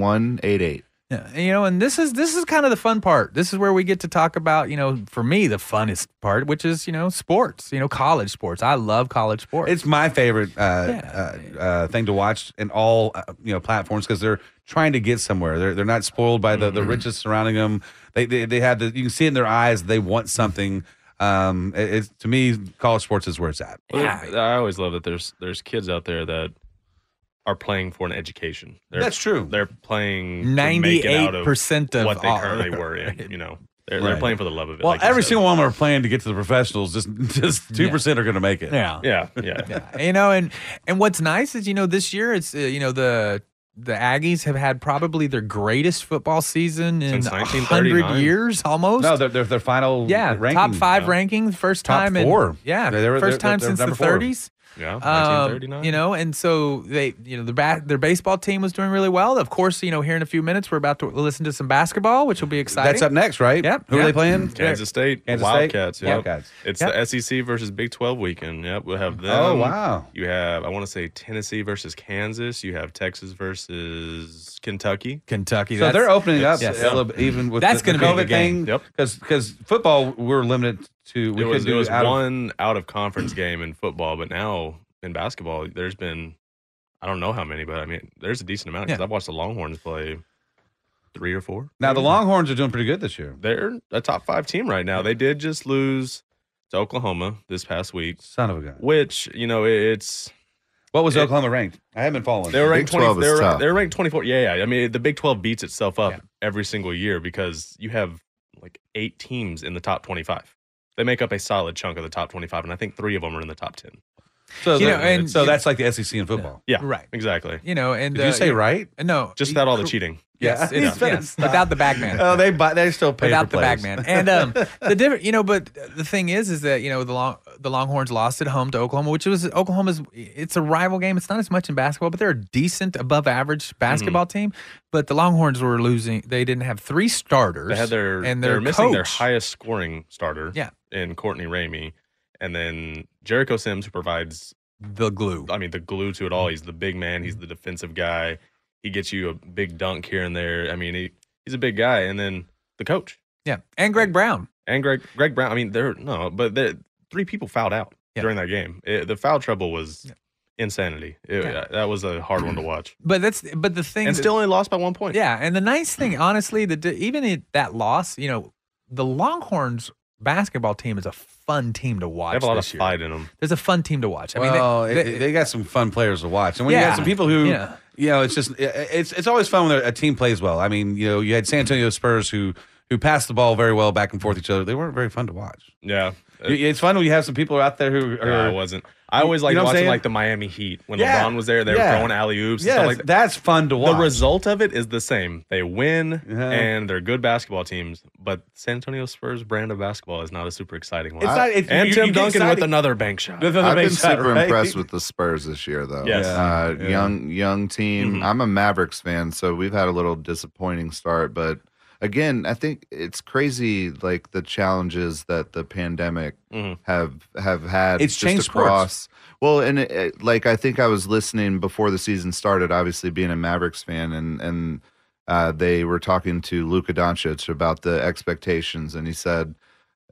[SPEAKER 4] 9188.
[SPEAKER 1] Yeah, and, you know, and this is this is kind of the fun part. This is where we get to talk about, you know, for me the funnest part, which is you know sports, you know, college sports. I love college sports.
[SPEAKER 3] It's my favorite uh,
[SPEAKER 1] Yeah.
[SPEAKER 3] uh, uh, thing to watch in all uh, you know platforms because they're trying to get somewhere. They're they're not spoiled by the, the riches surrounding them. They, they they have the you can see in their eyes they want something. Um, it- it's to me college sports is where it's at.
[SPEAKER 2] Well,
[SPEAKER 1] Yeah.
[SPEAKER 2] there- I always love that there's there's kids out there that are playing for an education. They're,
[SPEAKER 3] That's true.
[SPEAKER 2] They're playing ninety eight
[SPEAKER 1] 98% of
[SPEAKER 2] what they
[SPEAKER 1] all-
[SPEAKER 2] currently were in. You know, they're,
[SPEAKER 3] Right.
[SPEAKER 2] they're playing for the love of it.
[SPEAKER 3] Well,
[SPEAKER 2] like you
[SPEAKER 3] every
[SPEAKER 2] said.
[SPEAKER 3] single one of them are playing to get to the professionals. Just just two percent are going to make it.
[SPEAKER 1] yeah.
[SPEAKER 2] Yeah, yeah.
[SPEAKER 1] yeah. You know, and and what's nice is you know this year it's uh, you know the the Aggies have had probably their greatest football season in
[SPEAKER 2] Since
[SPEAKER 1] a
[SPEAKER 2] 1939.
[SPEAKER 1] hundred years almost.
[SPEAKER 3] No, they're, they're, their final
[SPEAKER 1] yeah,
[SPEAKER 3] ranking.
[SPEAKER 1] top five rankings, first
[SPEAKER 3] Top
[SPEAKER 1] time
[SPEAKER 3] four.
[SPEAKER 1] in yeah,
[SPEAKER 3] They- they were-
[SPEAKER 1] first
[SPEAKER 3] they're-
[SPEAKER 1] time
[SPEAKER 3] they're
[SPEAKER 1] since the
[SPEAKER 3] number four.
[SPEAKER 1] 30s.
[SPEAKER 2] Yeah,
[SPEAKER 1] Um,
[SPEAKER 2] 1939.
[SPEAKER 1] you know, and so they, you know, the ba- their baseball team was doing really well. Of course, you know, here in a few minutes we're about to listen to some basketball, which will be exciting.
[SPEAKER 3] That's up next, right?
[SPEAKER 1] Yep.
[SPEAKER 3] Who are
[SPEAKER 1] Yep.
[SPEAKER 3] they playing?
[SPEAKER 2] Kansas State,
[SPEAKER 3] Kansas State?
[SPEAKER 2] Wildcats. yep.
[SPEAKER 3] Wildcats.
[SPEAKER 2] It's
[SPEAKER 1] Yep.
[SPEAKER 2] the SEC versus Big 12 weekend. Yep, we'll have them.
[SPEAKER 3] Oh, wow.
[SPEAKER 2] You have, I want to say, Tennessee versus Kansas. You have Texas versus Kentucky.
[SPEAKER 1] Kentucky.
[SPEAKER 3] So they're opening up
[SPEAKER 1] Yes.
[SPEAKER 3] a little bit, even with
[SPEAKER 1] That's
[SPEAKER 3] the, the
[SPEAKER 1] gonna be
[SPEAKER 3] COVID
[SPEAKER 1] the game.
[SPEAKER 3] thing.
[SPEAKER 2] Yep.
[SPEAKER 3] Because football we're limited to we
[SPEAKER 2] it was,
[SPEAKER 3] could
[SPEAKER 2] it
[SPEAKER 3] do
[SPEAKER 2] was
[SPEAKER 3] out of-
[SPEAKER 2] one out of conference game in football, but now in basketball, there's been, I don't know how many, but I mean, there's a decent amount because
[SPEAKER 1] Yeah.
[SPEAKER 2] I've watched the Longhorns play three or four.
[SPEAKER 3] now the Longhorns are doing pretty good this year.
[SPEAKER 2] They're a top five team right now. They did just lose to Oklahoma this past week,
[SPEAKER 3] Son of a gun.
[SPEAKER 2] which, you know, it- it's
[SPEAKER 3] What was Oklahoma ranked? I haven't following.
[SPEAKER 2] They were ranked
[SPEAKER 4] Big
[SPEAKER 2] 20,
[SPEAKER 4] 12 is
[SPEAKER 2] they, were,
[SPEAKER 4] tough.
[SPEAKER 2] they were ranked 24. Yeah, yeah. I mean, the Big 12 beats itself up
[SPEAKER 1] Yeah.
[SPEAKER 2] every single year because you have like eight teams in the top 25. They make up a solid chunk of the top 25, and I think three of them are in the top 10.
[SPEAKER 3] so,
[SPEAKER 1] You
[SPEAKER 3] that-
[SPEAKER 1] know, and-
[SPEAKER 3] so that's like the SEC in football.
[SPEAKER 2] Yeah,
[SPEAKER 1] Right.
[SPEAKER 2] Exactly.
[SPEAKER 1] You know, and uh,
[SPEAKER 3] Did you say right?
[SPEAKER 1] no?
[SPEAKER 2] Just
[SPEAKER 1] you-
[SPEAKER 2] without all the cheating.
[SPEAKER 1] Yes,
[SPEAKER 3] Yeah.
[SPEAKER 1] it's-
[SPEAKER 3] He's better
[SPEAKER 1] yes,
[SPEAKER 3] stop.
[SPEAKER 1] without the back man.
[SPEAKER 3] Oh, they buy, they still pay
[SPEAKER 1] without
[SPEAKER 3] for
[SPEAKER 1] the back
[SPEAKER 3] players.
[SPEAKER 1] man. And um, the different, you know, but the thing is, is that you know the long the Longhorns lost at home to Oklahoma, which was Oklahoma's. It's a rival game. It's not as much in basketball, but they're a decent, above average
[SPEAKER 2] Mhm.
[SPEAKER 1] basketball team. But the Longhorns were losing. They didn't have three starters.
[SPEAKER 2] They had their
[SPEAKER 1] and
[SPEAKER 2] they
[SPEAKER 1] their
[SPEAKER 2] were missing their
[SPEAKER 1] coach-
[SPEAKER 2] highest scoring starter.
[SPEAKER 1] Yeah.
[SPEAKER 2] in Courtney Ramey, and then Jericho Sims, who provides
[SPEAKER 1] the glue.
[SPEAKER 2] I mean the glue to it all. He's the big man.
[SPEAKER 1] Mm-hmm.
[SPEAKER 2] He's the defensive guy. He gets you a big dunk here and there. I mean, he, he's a big guy. And then the coach
[SPEAKER 1] Yeah, and Greg Brown.
[SPEAKER 2] and Greg Greg Brown. I mean, they're no, but they three people fouled out
[SPEAKER 1] Yeah.
[SPEAKER 2] during that game. It, the foul trouble was
[SPEAKER 1] Yeah.
[SPEAKER 2] insanity. It- uh,
[SPEAKER 1] Yeah.
[SPEAKER 2] That was a hard one to watch,
[SPEAKER 1] But that's but the thing.
[SPEAKER 2] and
[SPEAKER 1] that-
[SPEAKER 2] still only lost by one point.
[SPEAKER 1] Yeah, and the nice thing, honestly, that even at that loss, you know, the Longhorns basketball team is a fun team to watch.
[SPEAKER 2] they have a lot
[SPEAKER 1] this
[SPEAKER 2] of
[SPEAKER 1] year.
[SPEAKER 2] fight in them.
[SPEAKER 1] There's a fun team to watch. I mean,
[SPEAKER 3] well,
[SPEAKER 1] they,
[SPEAKER 3] it- they, got some fun players to watch, and when you
[SPEAKER 1] Yeah.
[SPEAKER 3] got some people who,
[SPEAKER 1] Yeah.
[SPEAKER 3] you know, it's just it- it's it's always fun when a team plays well. I mean, you know, you had San Antonio Spurs who who passed the ball very well back and forth each other. They weren't very fun to watch.
[SPEAKER 2] Yeah,
[SPEAKER 3] Y- It's fun when you have some people out there who
[SPEAKER 2] No, I
[SPEAKER 3] are.
[SPEAKER 2] wasn't. I always
[SPEAKER 3] You
[SPEAKER 2] liked
[SPEAKER 3] know what I'm
[SPEAKER 2] watching
[SPEAKER 3] saying?
[SPEAKER 2] like the Miami Heat when
[SPEAKER 3] Yeah.
[SPEAKER 2] LeBron was there. They
[SPEAKER 3] Yeah.
[SPEAKER 2] were throwing alley oops.
[SPEAKER 3] yeah,
[SPEAKER 2] and stuff like that.
[SPEAKER 3] that's fun to watch. Uh-huh.
[SPEAKER 2] The result of it is the same. They win,
[SPEAKER 3] Yeah.
[SPEAKER 2] and they're good basketball teams. But San Antonio Spurs brand of basketball is not a super exciting one.
[SPEAKER 3] It's not, it's,
[SPEAKER 2] and
[SPEAKER 3] you-
[SPEAKER 2] Tim
[SPEAKER 3] you get
[SPEAKER 2] Duncan
[SPEAKER 3] excited-
[SPEAKER 2] with another bank shot.
[SPEAKER 3] with another
[SPEAKER 4] I've
[SPEAKER 3] big
[SPEAKER 4] been
[SPEAKER 3] shot,
[SPEAKER 4] super
[SPEAKER 3] right?
[SPEAKER 4] impressed with the Spurs this year, though.
[SPEAKER 2] Yes.
[SPEAKER 3] Yeah.
[SPEAKER 4] Uh,
[SPEAKER 3] Yeah.
[SPEAKER 4] Young young team.
[SPEAKER 3] Mm-hmm.
[SPEAKER 2] Mhm.
[SPEAKER 4] I'm a Mavericks fan, so we've had a little disappointing start. But again, I think it's crazy, like the challenges that the pandemic
[SPEAKER 2] Mhm.
[SPEAKER 4] have have had.
[SPEAKER 3] Mm-hmm. It's changed sports.
[SPEAKER 4] Well, and it, it- like I think I was listening before the season started. Obviously, being a Mavericks fan, and and uh, they were talking to Luka Doncic about the expectations, and he said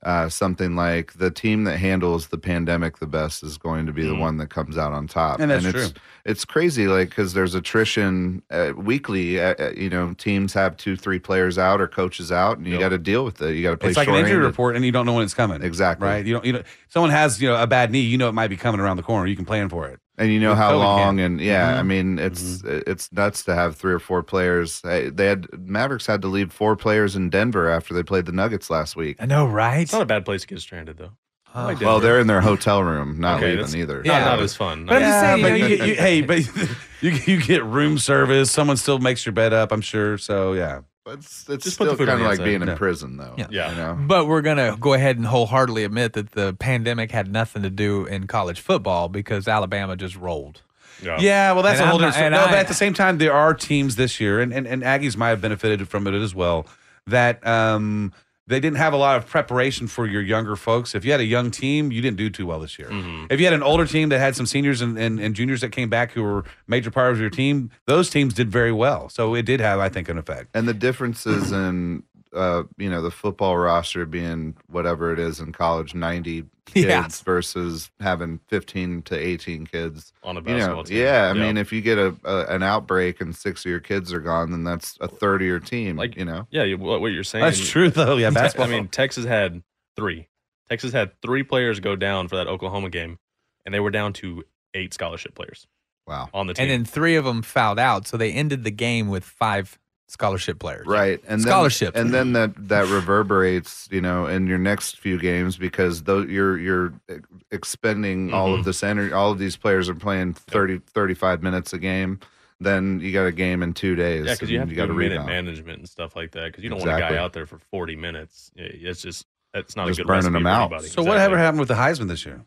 [SPEAKER 4] uh, something like the team that handles the pandemic the best is going to be the
[SPEAKER 2] Mhm.
[SPEAKER 4] one that comes out on top.
[SPEAKER 3] And that's
[SPEAKER 4] it's, It's crazy, like because there's attrition uh, weekly. Uh, uh, you know, teams have two, three players out or coaches out, and you
[SPEAKER 2] Yep.
[SPEAKER 4] got to deal with it. You got to play.
[SPEAKER 3] It's like an injury
[SPEAKER 4] shorthanded.
[SPEAKER 3] report, and you don't know when it's coming.
[SPEAKER 4] Exactly.
[SPEAKER 3] Right. You don't. You know, someone has you know a bad knee. You know it might be coming around the corner. You can plan for it.
[SPEAKER 4] and you know
[SPEAKER 3] With
[SPEAKER 4] how
[SPEAKER 3] COVID
[SPEAKER 4] long
[SPEAKER 3] camp.
[SPEAKER 4] and yeah
[SPEAKER 3] Mhm.
[SPEAKER 4] i mean it's uh, it's nuts to have three or four players Hey, they had mavericks had to leave four players in denver after they played the nuggets last week
[SPEAKER 1] I know, right?
[SPEAKER 2] It's not a bad place to get stranded though. I like
[SPEAKER 4] well
[SPEAKER 2] Denver.
[SPEAKER 4] they're in their hotel room not
[SPEAKER 2] Okay, that's-
[SPEAKER 4] leaving either
[SPEAKER 2] Not,
[SPEAKER 1] Yeah.
[SPEAKER 2] not as fun.
[SPEAKER 1] But I'm just saying,
[SPEAKER 3] Uh, but
[SPEAKER 1] you know,
[SPEAKER 3] you
[SPEAKER 1] you
[SPEAKER 3] get, you, hey, but you you get room service. Someone still makes your bed up. I'm sure. So yeah,
[SPEAKER 4] But it's, it's
[SPEAKER 2] Just put
[SPEAKER 4] still
[SPEAKER 2] the food on
[SPEAKER 4] kind of
[SPEAKER 2] the
[SPEAKER 4] like
[SPEAKER 2] outside.
[SPEAKER 4] being in
[SPEAKER 3] Yeah.
[SPEAKER 4] prison though
[SPEAKER 1] Yeah.
[SPEAKER 2] Yeah.
[SPEAKER 4] you know
[SPEAKER 1] But we're gonna go ahead and wholeheartedly admit that the pandemic had nothing to do in college football because Alabama just rolled.
[SPEAKER 2] yeah.
[SPEAKER 3] yeah. Well, that's
[SPEAKER 1] And
[SPEAKER 3] a whole
[SPEAKER 1] I'm not-
[SPEAKER 3] different. story.
[SPEAKER 1] and
[SPEAKER 3] no,
[SPEAKER 1] I-
[SPEAKER 3] but at the same time, there are teams this year, and, and and Aggies might have benefited from it as well. That um they didn't have a lot of preparation for your younger folks. If you had a young team, you didn't do too well this year.
[SPEAKER 2] Mhm.
[SPEAKER 3] If you had an older team that had some seniors and, and, and juniors that came back who were major part of your team, those teams did very well. So it did have, I think, an effect.
[SPEAKER 4] and the differences in uh you know the football roster being whatever it is in college 90 kids
[SPEAKER 1] Yeah.
[SPEAKER 4] versus having 15 to 18 kids
[SPEAKER 2] on a
[SPEAKER 4] you
[SPEAKER 2] basketball
[SPEAKER 4] know,
[SPEAKER 2] team.
[SPEAKER 4] yeah. I mean, if you get a, a an outbreak and six of your kids are gone, then that's a third of your team.
[SPEAKER 2] Like-
[SPEAKER 4] you know,
[SPEAKER 2] yeah, you, what, what you're saying.
[SPEAKER 3] That's true, though. Yeah,
[SPEAKER 2] Te-
[SPEAKER 3] basketball.
[SPEAKER 2] I mean, Texas had three. Texas had three players go down for that Oklahoma game, and they were down to eight scholarship players
[SPEAKER 4] wow.
[SPEAKER 2] on the team.
[SPEAKER 1] And then three of them fouled out, so they ended the game with five scholarship players.
[SPEAKER 4] right and then-
[SPEAKER 1] Scholarships.
[SPEAKER 4] and then that that reverberates you know in your next few games because though you're you're ex- expending all of this energy all of these players are playing 30 35 minutes a game then you got a game in two days
[SPEAKER 2] Yeah, because
[SPEAKER 4] and
[SPEAKER 2] you have to
[SPEAKER 4] got
[SPEAKER 2] do
[SPEAKER 4] to
[SPEAKER 2] minute
[SPEAKER 4] rebound
[SPEAKER 2] management and stuff like that. Because you don't want a
[SPEAKER 4] Exactly.
[SPEAKER 2] guy out there for 40 minutes. Yeah, It's just that's not
[SPEAKER 4] Just
[SPEAKER 2] a good recipe
[SPEAKER 4] burning them
[SPEAKER 2] for
[SPEAKER 4] out.
[SPEAKER 2] anybody.
[SPEAKER 3] so
[SPEAKER 2] Exactly.
[SPEAKER 3] whatever happened with the Heisman this year?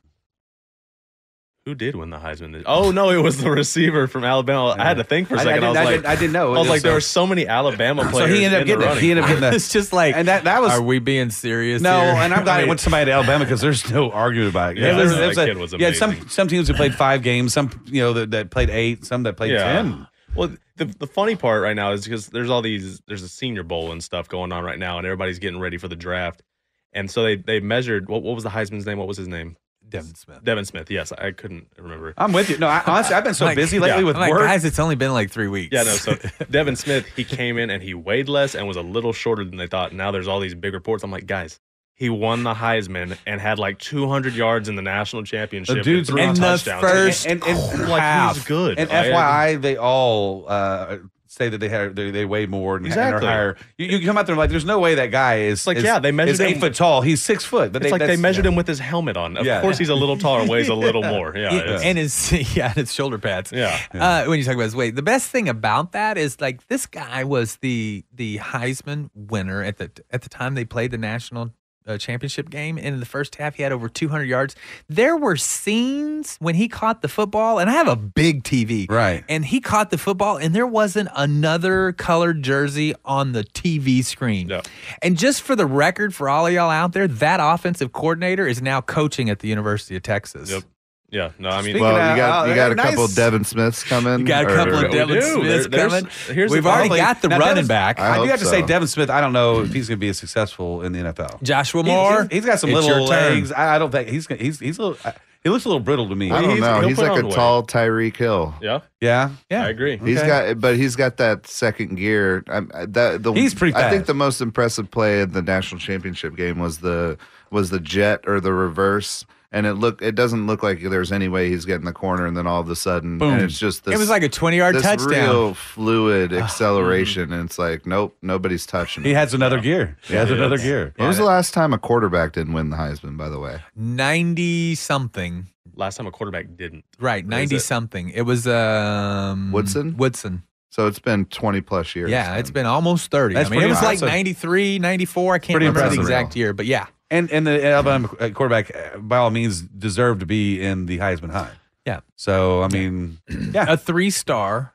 [SPEAKER 2] Who did win the Heisman? this- Oh no, it was the receiver from Alabama. I had to think for a second. I,
[SPEAKER 3] didn't-
[SPEAKER 2] was like,
[SPEAKER 3] didn't- I didn't know. uh,
[SPEAKER 2] I was like,
[SPEAKER 3] So-
[SPEAKER 2] there were so many Alabama
[SPEAKER 3] so
[SPEAKER 2] players.
[SPEAKER 3] he ended up
[SPEAKER 2] in the
[SPEAKER 3] getting it.
[SPEAKER 2] running.
[SPEAKER 3] He ended up getting that.
[SPEAKER 1] it's just like,
[SPEAKER 3] and that that was
[SPEAKER 1] are we being serious?
[SPEAKER 3] no.
[SPEAKER 1] here?
[SPEAKER 3] And I'm glad
[SPEAKER 1] I
[SPEAKER 3] it
[SPEAKER 1] mean,
[SPEAKER 3] went to somebody at Alabama because there's no argument about it.
[SPEAKER 2] Yeah,
[SPEAKER 3] it was,
[SPEAKER 2] that
[SPEAKER 3] it was
[SPEAKER 2] kid
[SPEAKER 3] a-
[SPEAKER 2] was
[SPEAKER 3] yeah, some
[SPEAKER 2] amazing.
[SPEAKER 3] some teams who played five games, some you know that, that played eight, some that played ten.
[SPEAKER 2] Well, the the funny part right now is because there's all these there's a Senior Bowl and stuff going on right now, and everybody's getting ready for the draft. And so they they measured what what was the Heisman's name? What was his name?
[SPEAKER 1] Devin Smith.
[SPEAKER 2] Devin Smith. Yes, I couldn't remember.
[SPEAKER 3] I'm with you. No, I, honestly, I've been so
[SPEAKER 1] Like-
[SPEAKER 3] busy lately
[SPEAKER 2] yeah,
[SPEAKER 3] with
[SPEAKER 1] I'm like,
[SPEAKER 3] work.
[SPEAKER 1] guys, it's only been like three weeks.
[SPEAKER 2] Yeah, no. So Devin Smith, he came in and he weighed less and was a little shorter than they thought. Now there's all these big reports. I'm like, guys, He won the Heisman and had like 200 yards in the national championship. and
[SPEAKER 3] dude's
[SPEAKER 2] three
[SPEAKER 3] in
[SPEAKER 1] the
[SPEAKER 2] touchdowns.
[SPEAKER 1] first
[SPEAKER 3] And- and- and,
[SPEAKER 2] like
[SPEAKER 1] half.
[SPEAKER 2] he's good.
[SPEAKER 3] And
[SPEAKER 2] Like, I-
[SPEAKER 3] FYI, they all uh, say that they have they, they weigh more and, and
[SPEAKER 2] Exactly.
[SPEAKER 3] are higher. You, you come out there like, there's no way that guy is
[SPEAKER 2] like,
[SPEAKER 3] is-
[SPEAKER 2] yeah, they measured
[SPEAKER 3] is eight
[SPEAKER 2] him-
[SPEAKER 3] foot tall. He's six foot. But
[SPEAKER 2] It's like they
[SPEAKER 3] that's-
[SPEAKER 2] measured
[SPEAKER 3] yeah.
[SPEAKER 2] him with his helmet on. Of
[SPEAKER 3] Yeah.
[SPEAKER 2] course, he's a little taller, weighs a little more. Yeah,
[SPEAKER 1] Yeah,
[SPEAKER 2] it's-
[SPEAKER 1] and his yeah, and his shoulder pads.
[SPEAKER 2] Yeah.
[SPEAKER 1] Uh, when you talk about his weight, the best thing about that is like this guy was the the Heisman winner at the at the time they played the national uh, championship game, and in the first half he had over 200 yards. There were scenes when he caught the football, and I have a big TV,
[SPEAKER 3] Right.
[SPEAKER 1] And he caught the football, and there wasn't another colored jersey on the TV screen.
[SPEAKER 2] Yeah.
[SPEAKER 1] And just for the record, for all of y'all out there, that offensive coordinator is now coaching at the University of Texas.
[SPEAKER 2] Yep. yeah. No, I mean,
[SPEAKER 3] Speaking
[SPEAKER 4] Well,
[SPEAKER 3] of-
[SPEAKER 4] you got
[SPEAKER 3] oh,
[SPEAKER 4] you got a couple
[SPEAKER 3] nice.
[SPEAKER 4] Devin Smiths coming.
[SPEAKER 1] You got a
[SPEAKER 4] or-
[SPEAKER 1] couple of
[SPEAKER 2] we
[SPEAKER 1] Devin
[SPEAKER 2] do.
[SPEAKER 1] Smiths
[SPEAKER 2] There- there's-
[SPEAKER 1] coming.
[SPEAKER 2] here's the
[SPEAKER 1] We've already
[SPEAKER 3] problem.
[SPEAKER 1] got the
[SPEAKER 3] Now,
[SPEAKER 1] running
[SPEAKER 3] Devin's-
[SPEAKER 1] back.
[SPEAKER 4] I
[SPEAKER 3] I, do
[SPEAKER 4] hope
[SPEAKER 3] have to say,
[SPEAKER 4] so.
[SPEAKER 3] Devin Smith. I don't know if he's going to be as successful in the NFL.
[SPEAKER 1] Joshua
[SPEAKER 3] He-
[SPEAKER 1] Moore.
[SPEAKER 3] he's- he's got some
[SPEAKER 1] it's your
[SPEAKER 3] little
[SPEAKER 1] turn.
[SPEAKER 3] legs. I, I don't think he's gonna- he's he's a little. I- He looks a little brittle to me.
[SPEAKER 4] I don't
[SPEAKER 2] He's-
[SPEAKER 4] know.
[SPEAKER 2] he'll
[SPEAKER 4] He's
[SPEAKER 2] put
[SPEAKER 4] like a
[SPEAKER 2] on weight.
[SPEAKER 4] tall Tyreek Hill.
[SPEAKER 2] yeah,
[SPEAKER 3] Yeah, Mm-hmm.
[SPEAKER 2] I agree.
[SPEAKER 4] He's
[SPEAKER 3] Okay.
[SPEAKER 4] got, but he's got that second gear. Um, that the
[SPEAKER 3] He's pretty
[SPEAKER 4] I think
[SPEAKER 3] fast.
[SPEAKER 4] the most impressive play in the national championship game was the was the jet or the reverse, and it look it doesn't look like there's any way he's getting the corner, and then all of a sudden,
[SPEAKER 3] Boom.
[SPEAKER 4] and it's just this.
[SPEAKER 1] it was like a 20 yard
[SPEAKER 4] this
[SPEAKER 1] touchdown.
[SPEAKER 4] real fluid acceleration, and it's like nope, nobody's touching.
[SPEAKER 3] he
[SPEAKER 4] it.
[SPEAKER 3] has another gear. He has another gear.
[SPEAKER 4] When was the last time a quarterback didn't win the Heisman? By the way,
[SPEAKER 1] 90 something.
[SPEAKER 2] Last time a quarterback didn't.
[SPEAKER 1] Right,
[SPEAKER 2] What is
[SPEAKER 1] 90
[SPEAKER 2] it?
[SPEAKER 1] something. It was um,
[SPEAKER 4] Woodson?
[SPEAKER 1] Woodson.
[SPEAKER 4] so it's been twenty plus years.
[SPEAKER 1] Yeah, it's
[SPEAKER 4] man.
[SPEAKER 1] been almost 30.
[SPEAKER 3] That's
[SPEAKER 1] I mean, it
[SPEAKER 3] pretty
[SPEAKER 1] was like
[SPEAKER 3] impressive.
[SPEAKER 1] 93, 94. I can't
[SPEAKER 3] Pretty
[SPEAKER 1] remember the
[SPEAKER 3] impressive.
[SPEAKER 1] exact year, but yeah.
[SPEAKER 3] And and the Alabama uh, quarterback, uh, by all means, deserved to be in the Heisman Hunt.
[SPEAKER 1] Yeah.
[SPEAKER 3] So I mean, yeah.
[SPEAKER 1] A three star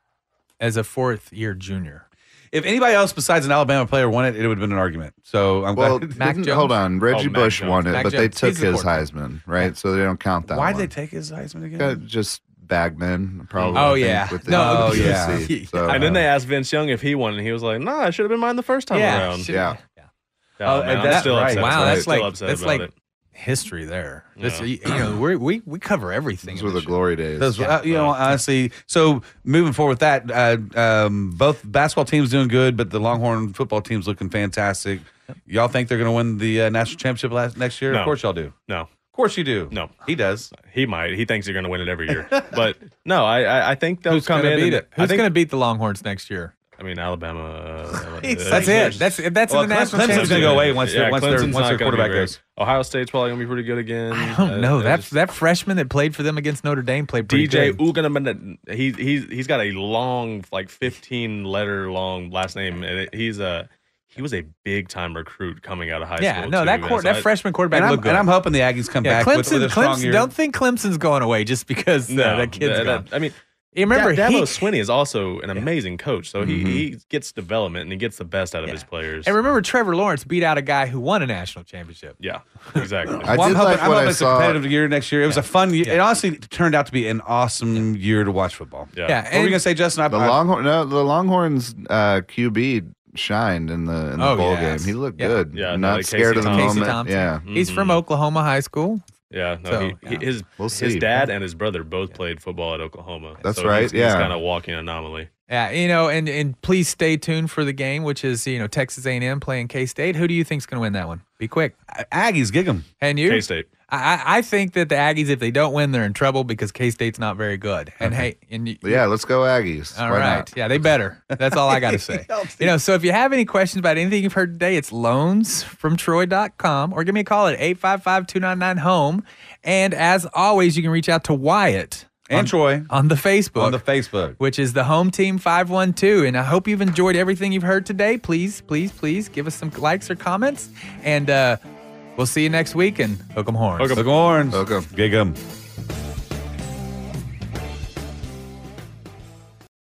[SPEAKER 1] as a fourth year junior.
[SPEAKER 3] If anybody else besides an Alabama player won it, it would have been an argument. So I'm
[SPEAKER 4] Well,
[SPEAKER 3] glad.
[SPEAKER 1] Mac
[SPEAKER 4] didn't-
[SPEAKER 1] Jones?
[SPEAKER 4] hold on. Reggie
[SPEAKER 2] Oh, Mac
[SPEAKER 4] Bush
[SPEAKER 2] Jones.
[SPEAKER 4] won it,
[SPEAKER 1] Mac
[SPEAKER 4] but they
[SPEAKER 1] Jones.
[SPEAKER 4] took
[SPEAKER 1] He's the
[SPEAKER 4] his
[SPEAKER 1] quarterback.
[SPEAKER 4] Heisman, right? So they don't count that.
[SPEAKER 3] Why
[SPEAKER 4] one.
[SPEAKER 3] did they take his Heisman again?
[SPEAKER 4] Uh, just Bagman, probably.
[SPEAKER 1] Oh,
[SPEAKER 4] I think,
[SPEAKER 1] yeah.
[SPEAKER 4] with the
[SPEAKER 1] No,
[SPEAKER 3] Oh,
[SPEAKER 4] USC.
[SPEAKER 1] yeah.
[SPEAKER 4] So,
[SPEAKER 2] and then they asked Vince Young if he won, and he was like, "Nah, I should have been mine the first time
[SPEAKER 1] yeah.
[SPEAKER 2] around."
[SPEAKER 1] should-
[SPEAKER 4] Yeah.
[SPEAKER 2] Yeah,
[SPEAKER 3] Oh,
[SPEAKER 2] man,
[SPEAKER 3] and
[SPEAKER 2] I'm
[SPEAKER 3] that's
[SPEAKER 2] still
[SPEAKER 3] right.
[SPEAKER 2] upset.
[SPEAKER 1] Wow,
[SPEAKER 2] about
[SPEAKER 1] that's
[SPEAKER 2] it.
[SPEAKER 1] like-
[SPEAKER 2] still upset
[SPEAKER 1] that's
[SPEAKER 2] about
[SPEAKER 1] like-
[SPEAKER 2] it.
[SPEAKER 1] History there. This,
[SPEAKER 2] Yeah.
[SPEAKER 1] you know, we're, we, we cover everything.
[SPEAKER 4] those
[SPEAKER 1] in
[SPEAKER 4] were the
[SPEAKER 1] this show.
[SPEAKER 4] glory days.
[SPEAKER 3] Those- uh, you know, honestly. So moving forward with that, uh, um, both basketball teams doing good, but the Longhorn football team's looking fantastic. Y'all think they're going to win the uh, national championship last, next year? Of
[SPEAKER 2] No.
[SPEAKER 3] course, y'all do. Of
[SPEAKER 2] No,
[SPEAKER 3] course, you do.
[SPEAKER 2] No.
[SPEAKER 3] he does.
[SPEAKER 2] he might. He thinks they're going to win it every year, but no, I I, I think they'll
[SPEAKER 1] Who's
[SPEAKER 2] come
[SPEAKER 1] going to
[SPEAKER 2] in.
[SPEAKER 1] beat
[SPEAKER 2] and-
[SPEAKER 1] it?
[SPEAKER 2] I
[SPEAKER 1] Who's
[SPEAKER 2] think.
[SPEAKER 1] going to beat the Longhorns next year?
[SPEAKER 2] I mean, Alabama. uh,
[SPEAKER 1] That's it. That's that's
[SPEAKER 3] Well,
[SPEAKER 1] in the national
[SPEAKER 3] Clemson's
[SPEAKER 1] championship.
[SPEAKER 3] gonna go away once their- once their-
[SPEAKER 2] Clemson's
[SPEAKER 3] once
[SPEAKER 2] not
[SPEAKER 3] their
[SPEAKER 2] gonna be
[SPEAKER 3] quarterback
[SPEAKER 2] great.
[SPEAKER 3] goes.
[SPEAKER 2] Ohio State's probably going to be pretty good again.
[SPEAKER 1] I don't know.
[SPEAKER 2] Uh,
[SPEAKER 1] That
[SPEAKER 2] just-
[SPEAKER 1] that freshman that played for them against Notre Dame played pretty
[SPEAKER 2] DJ
[SPEAKER 1] good.
[SPEAKER 2] Uganamanda. He he's he's got a long, like fifteen letter long last name, and it, he's a he was a big time recruit coming out of high
[SPEAKER 1] Yeah,
[SPEAKER 2] school.
[SPEAKER 1] no,
[SPEAKER 2] too,
[SPEAKER 1] that
[SPEAKER 2] man.
[SPEAKER 1] quar-
[SPEAKER 2] So I-
[SPEAKER 1] that freshman quarterback
[SPEAKER 3] And I'm,
[SPEAKER 1] looked good.
[SPEAKER 3] and I'm hoping the Aggies come
[SPEAKER 1] yeah,
[SPEAKER 3] back with,
[SPEAKER 1] Clemson,
[SPEAKER 3] with a strong
[SPEAKER 1] Clemson.
[SPEAKER 3] year.
[SPEAKER 1] Don't think Clemson's going away just because uh,
[SPEAKER 2] No,
[SPEAKER 1] that kid's
[SPEAKER 2] that-
[SPEAKER 1] gone.
[SPEAKER 2] that- I mean,
[SPEAKER 1] You remember,
[SPEAKER 2] Da- Dabo
[SPEAKER 1] he, Mm-hmm.
[SPEAKER 2] Swinney is also an amazing coach, so he, he gets development and he gets the best out of his players.
[SPEAKER 1] and remember Trevor Lawrence beat out a guy who won a national championship.
[SPEAKER 2] yeah, exactly.
[SPEAKER 4] I
[SPEAKER 3] Well, I'm
[SPEAKER 4] did
[SPEAKER 3] hoping,
[SPEAKER 4] like
[SPEAKER 3] I'm
[SPEAKER 4] what
[SPEAKER 3] hoping
[SPEAKER 4] I
[SPEAKER 3] it's a
[SPEAKER 4] saw.
[SPEAKER 3] competitive year next year. It was a fun year. It
[SPEAKER 1] Yeah.
[SPEAKER 3] honestly turned out to be an awesome year to watch football.
[SPEAKER 2] yeah.
[SPEAKER 1] Yeah,
[SPEAKER 3] What were
[SPEAKER 1] and
[SPEAKER 3] you gonna say, Justin? I,
[SPEAKER 4] the
[SPEAKER 3] I-
[SPEAKER 4] Longhorn, no, the Longhorns uh, QB shined in the in the
[SPEAKER 1] Oh,
[SPEAKER 4] bowl
[SPEAKER 1] yes.
[SPEAKER 4] game. He looked
[SPEAKER 1] Yeah. Mm-hmm.
[SPEAKER 4] good.
[SPEAKER 2] Yeah, no,
[SPEAKER 4] not
[SPEAKER 2] like
[SPEAKER 4] scared
[SPEAKER 2] Casey
[SPEAKER 4] of the
[SPEAKER 2] Thompson.
[SPEAKER 1] Casey
[SPEAKER 4] moment.
[SPEAKER 1] Thompson.
[SPEAKER 4] Yeah,
[SPEAKER 1] He's from
[SPEAKER 3] Mm-hmm.
[SPEAKER 2] Mhm.
[SPEAKER 1] Oklahoma High School.
[SPEAKER 2] Yeah, no,
[SPEAKER 1] So,
[SPEAKER 2] he, he-
[SPEAKER 1] yeah.
[SPEAKER 2] his
[SPEAKER 4] We'll
[SPEAKER 2] his
[SPEAKER 4] see.
[SPEAKER 2] dad and his brother both played football at Oklahoma.
[SPEAKER 4] That's
[SPEAKER 2] so
[SPEAKER 4] right,
[SPEAKER 2] He's, he's
[SPEAKER 4] yeah.
[SPEAKER 2] kind of walking anomaly.
[SPEAKER 1] Yeah, you know, and and please stay tuned for the game, which is you know Texas A&M playing K State. Who do you think's going to win that one? Be quick.
[SPEAKER 3] Aggies, gig 'em.
[SPEAKER 1] And you?
[SPEAKER 2] K State.
[SPEAKER 1] I, I- I think that the Aggies, if they don't win, they're in trouble because K State's not very good. And hey, and you,
[SPEAKER 4] yeah. Let's go Aggies.
[SPEAKER 1] all
[SPEAKER 4] Why
[SPEAKER 1] right,
[SPEAKER 4] not?
[SPEAKER 1] yeah, they better. That's all I got to say. you know, so if you have any questions about anything you've heard today, it's loansfromtroy.com or give me a call at 855-299-HOME. And as always, you can reach out to Wyatt
[SPEAKER 3] and Troy
[SPEAKER 1] on the Facebook.
[SPEAKER 3] on the Facebook.
[SPEAKER 1] which is the home team 512 and i hope you've enjoyed everything you've heard today please please please give us some likes or comments and uh, we'll see you next week and hook 'em horns
[SPEAKER 3] Hook 'em horns.
[SPEAKER 4] Hook 'em.
[SPEAKER 3] Gig 'em.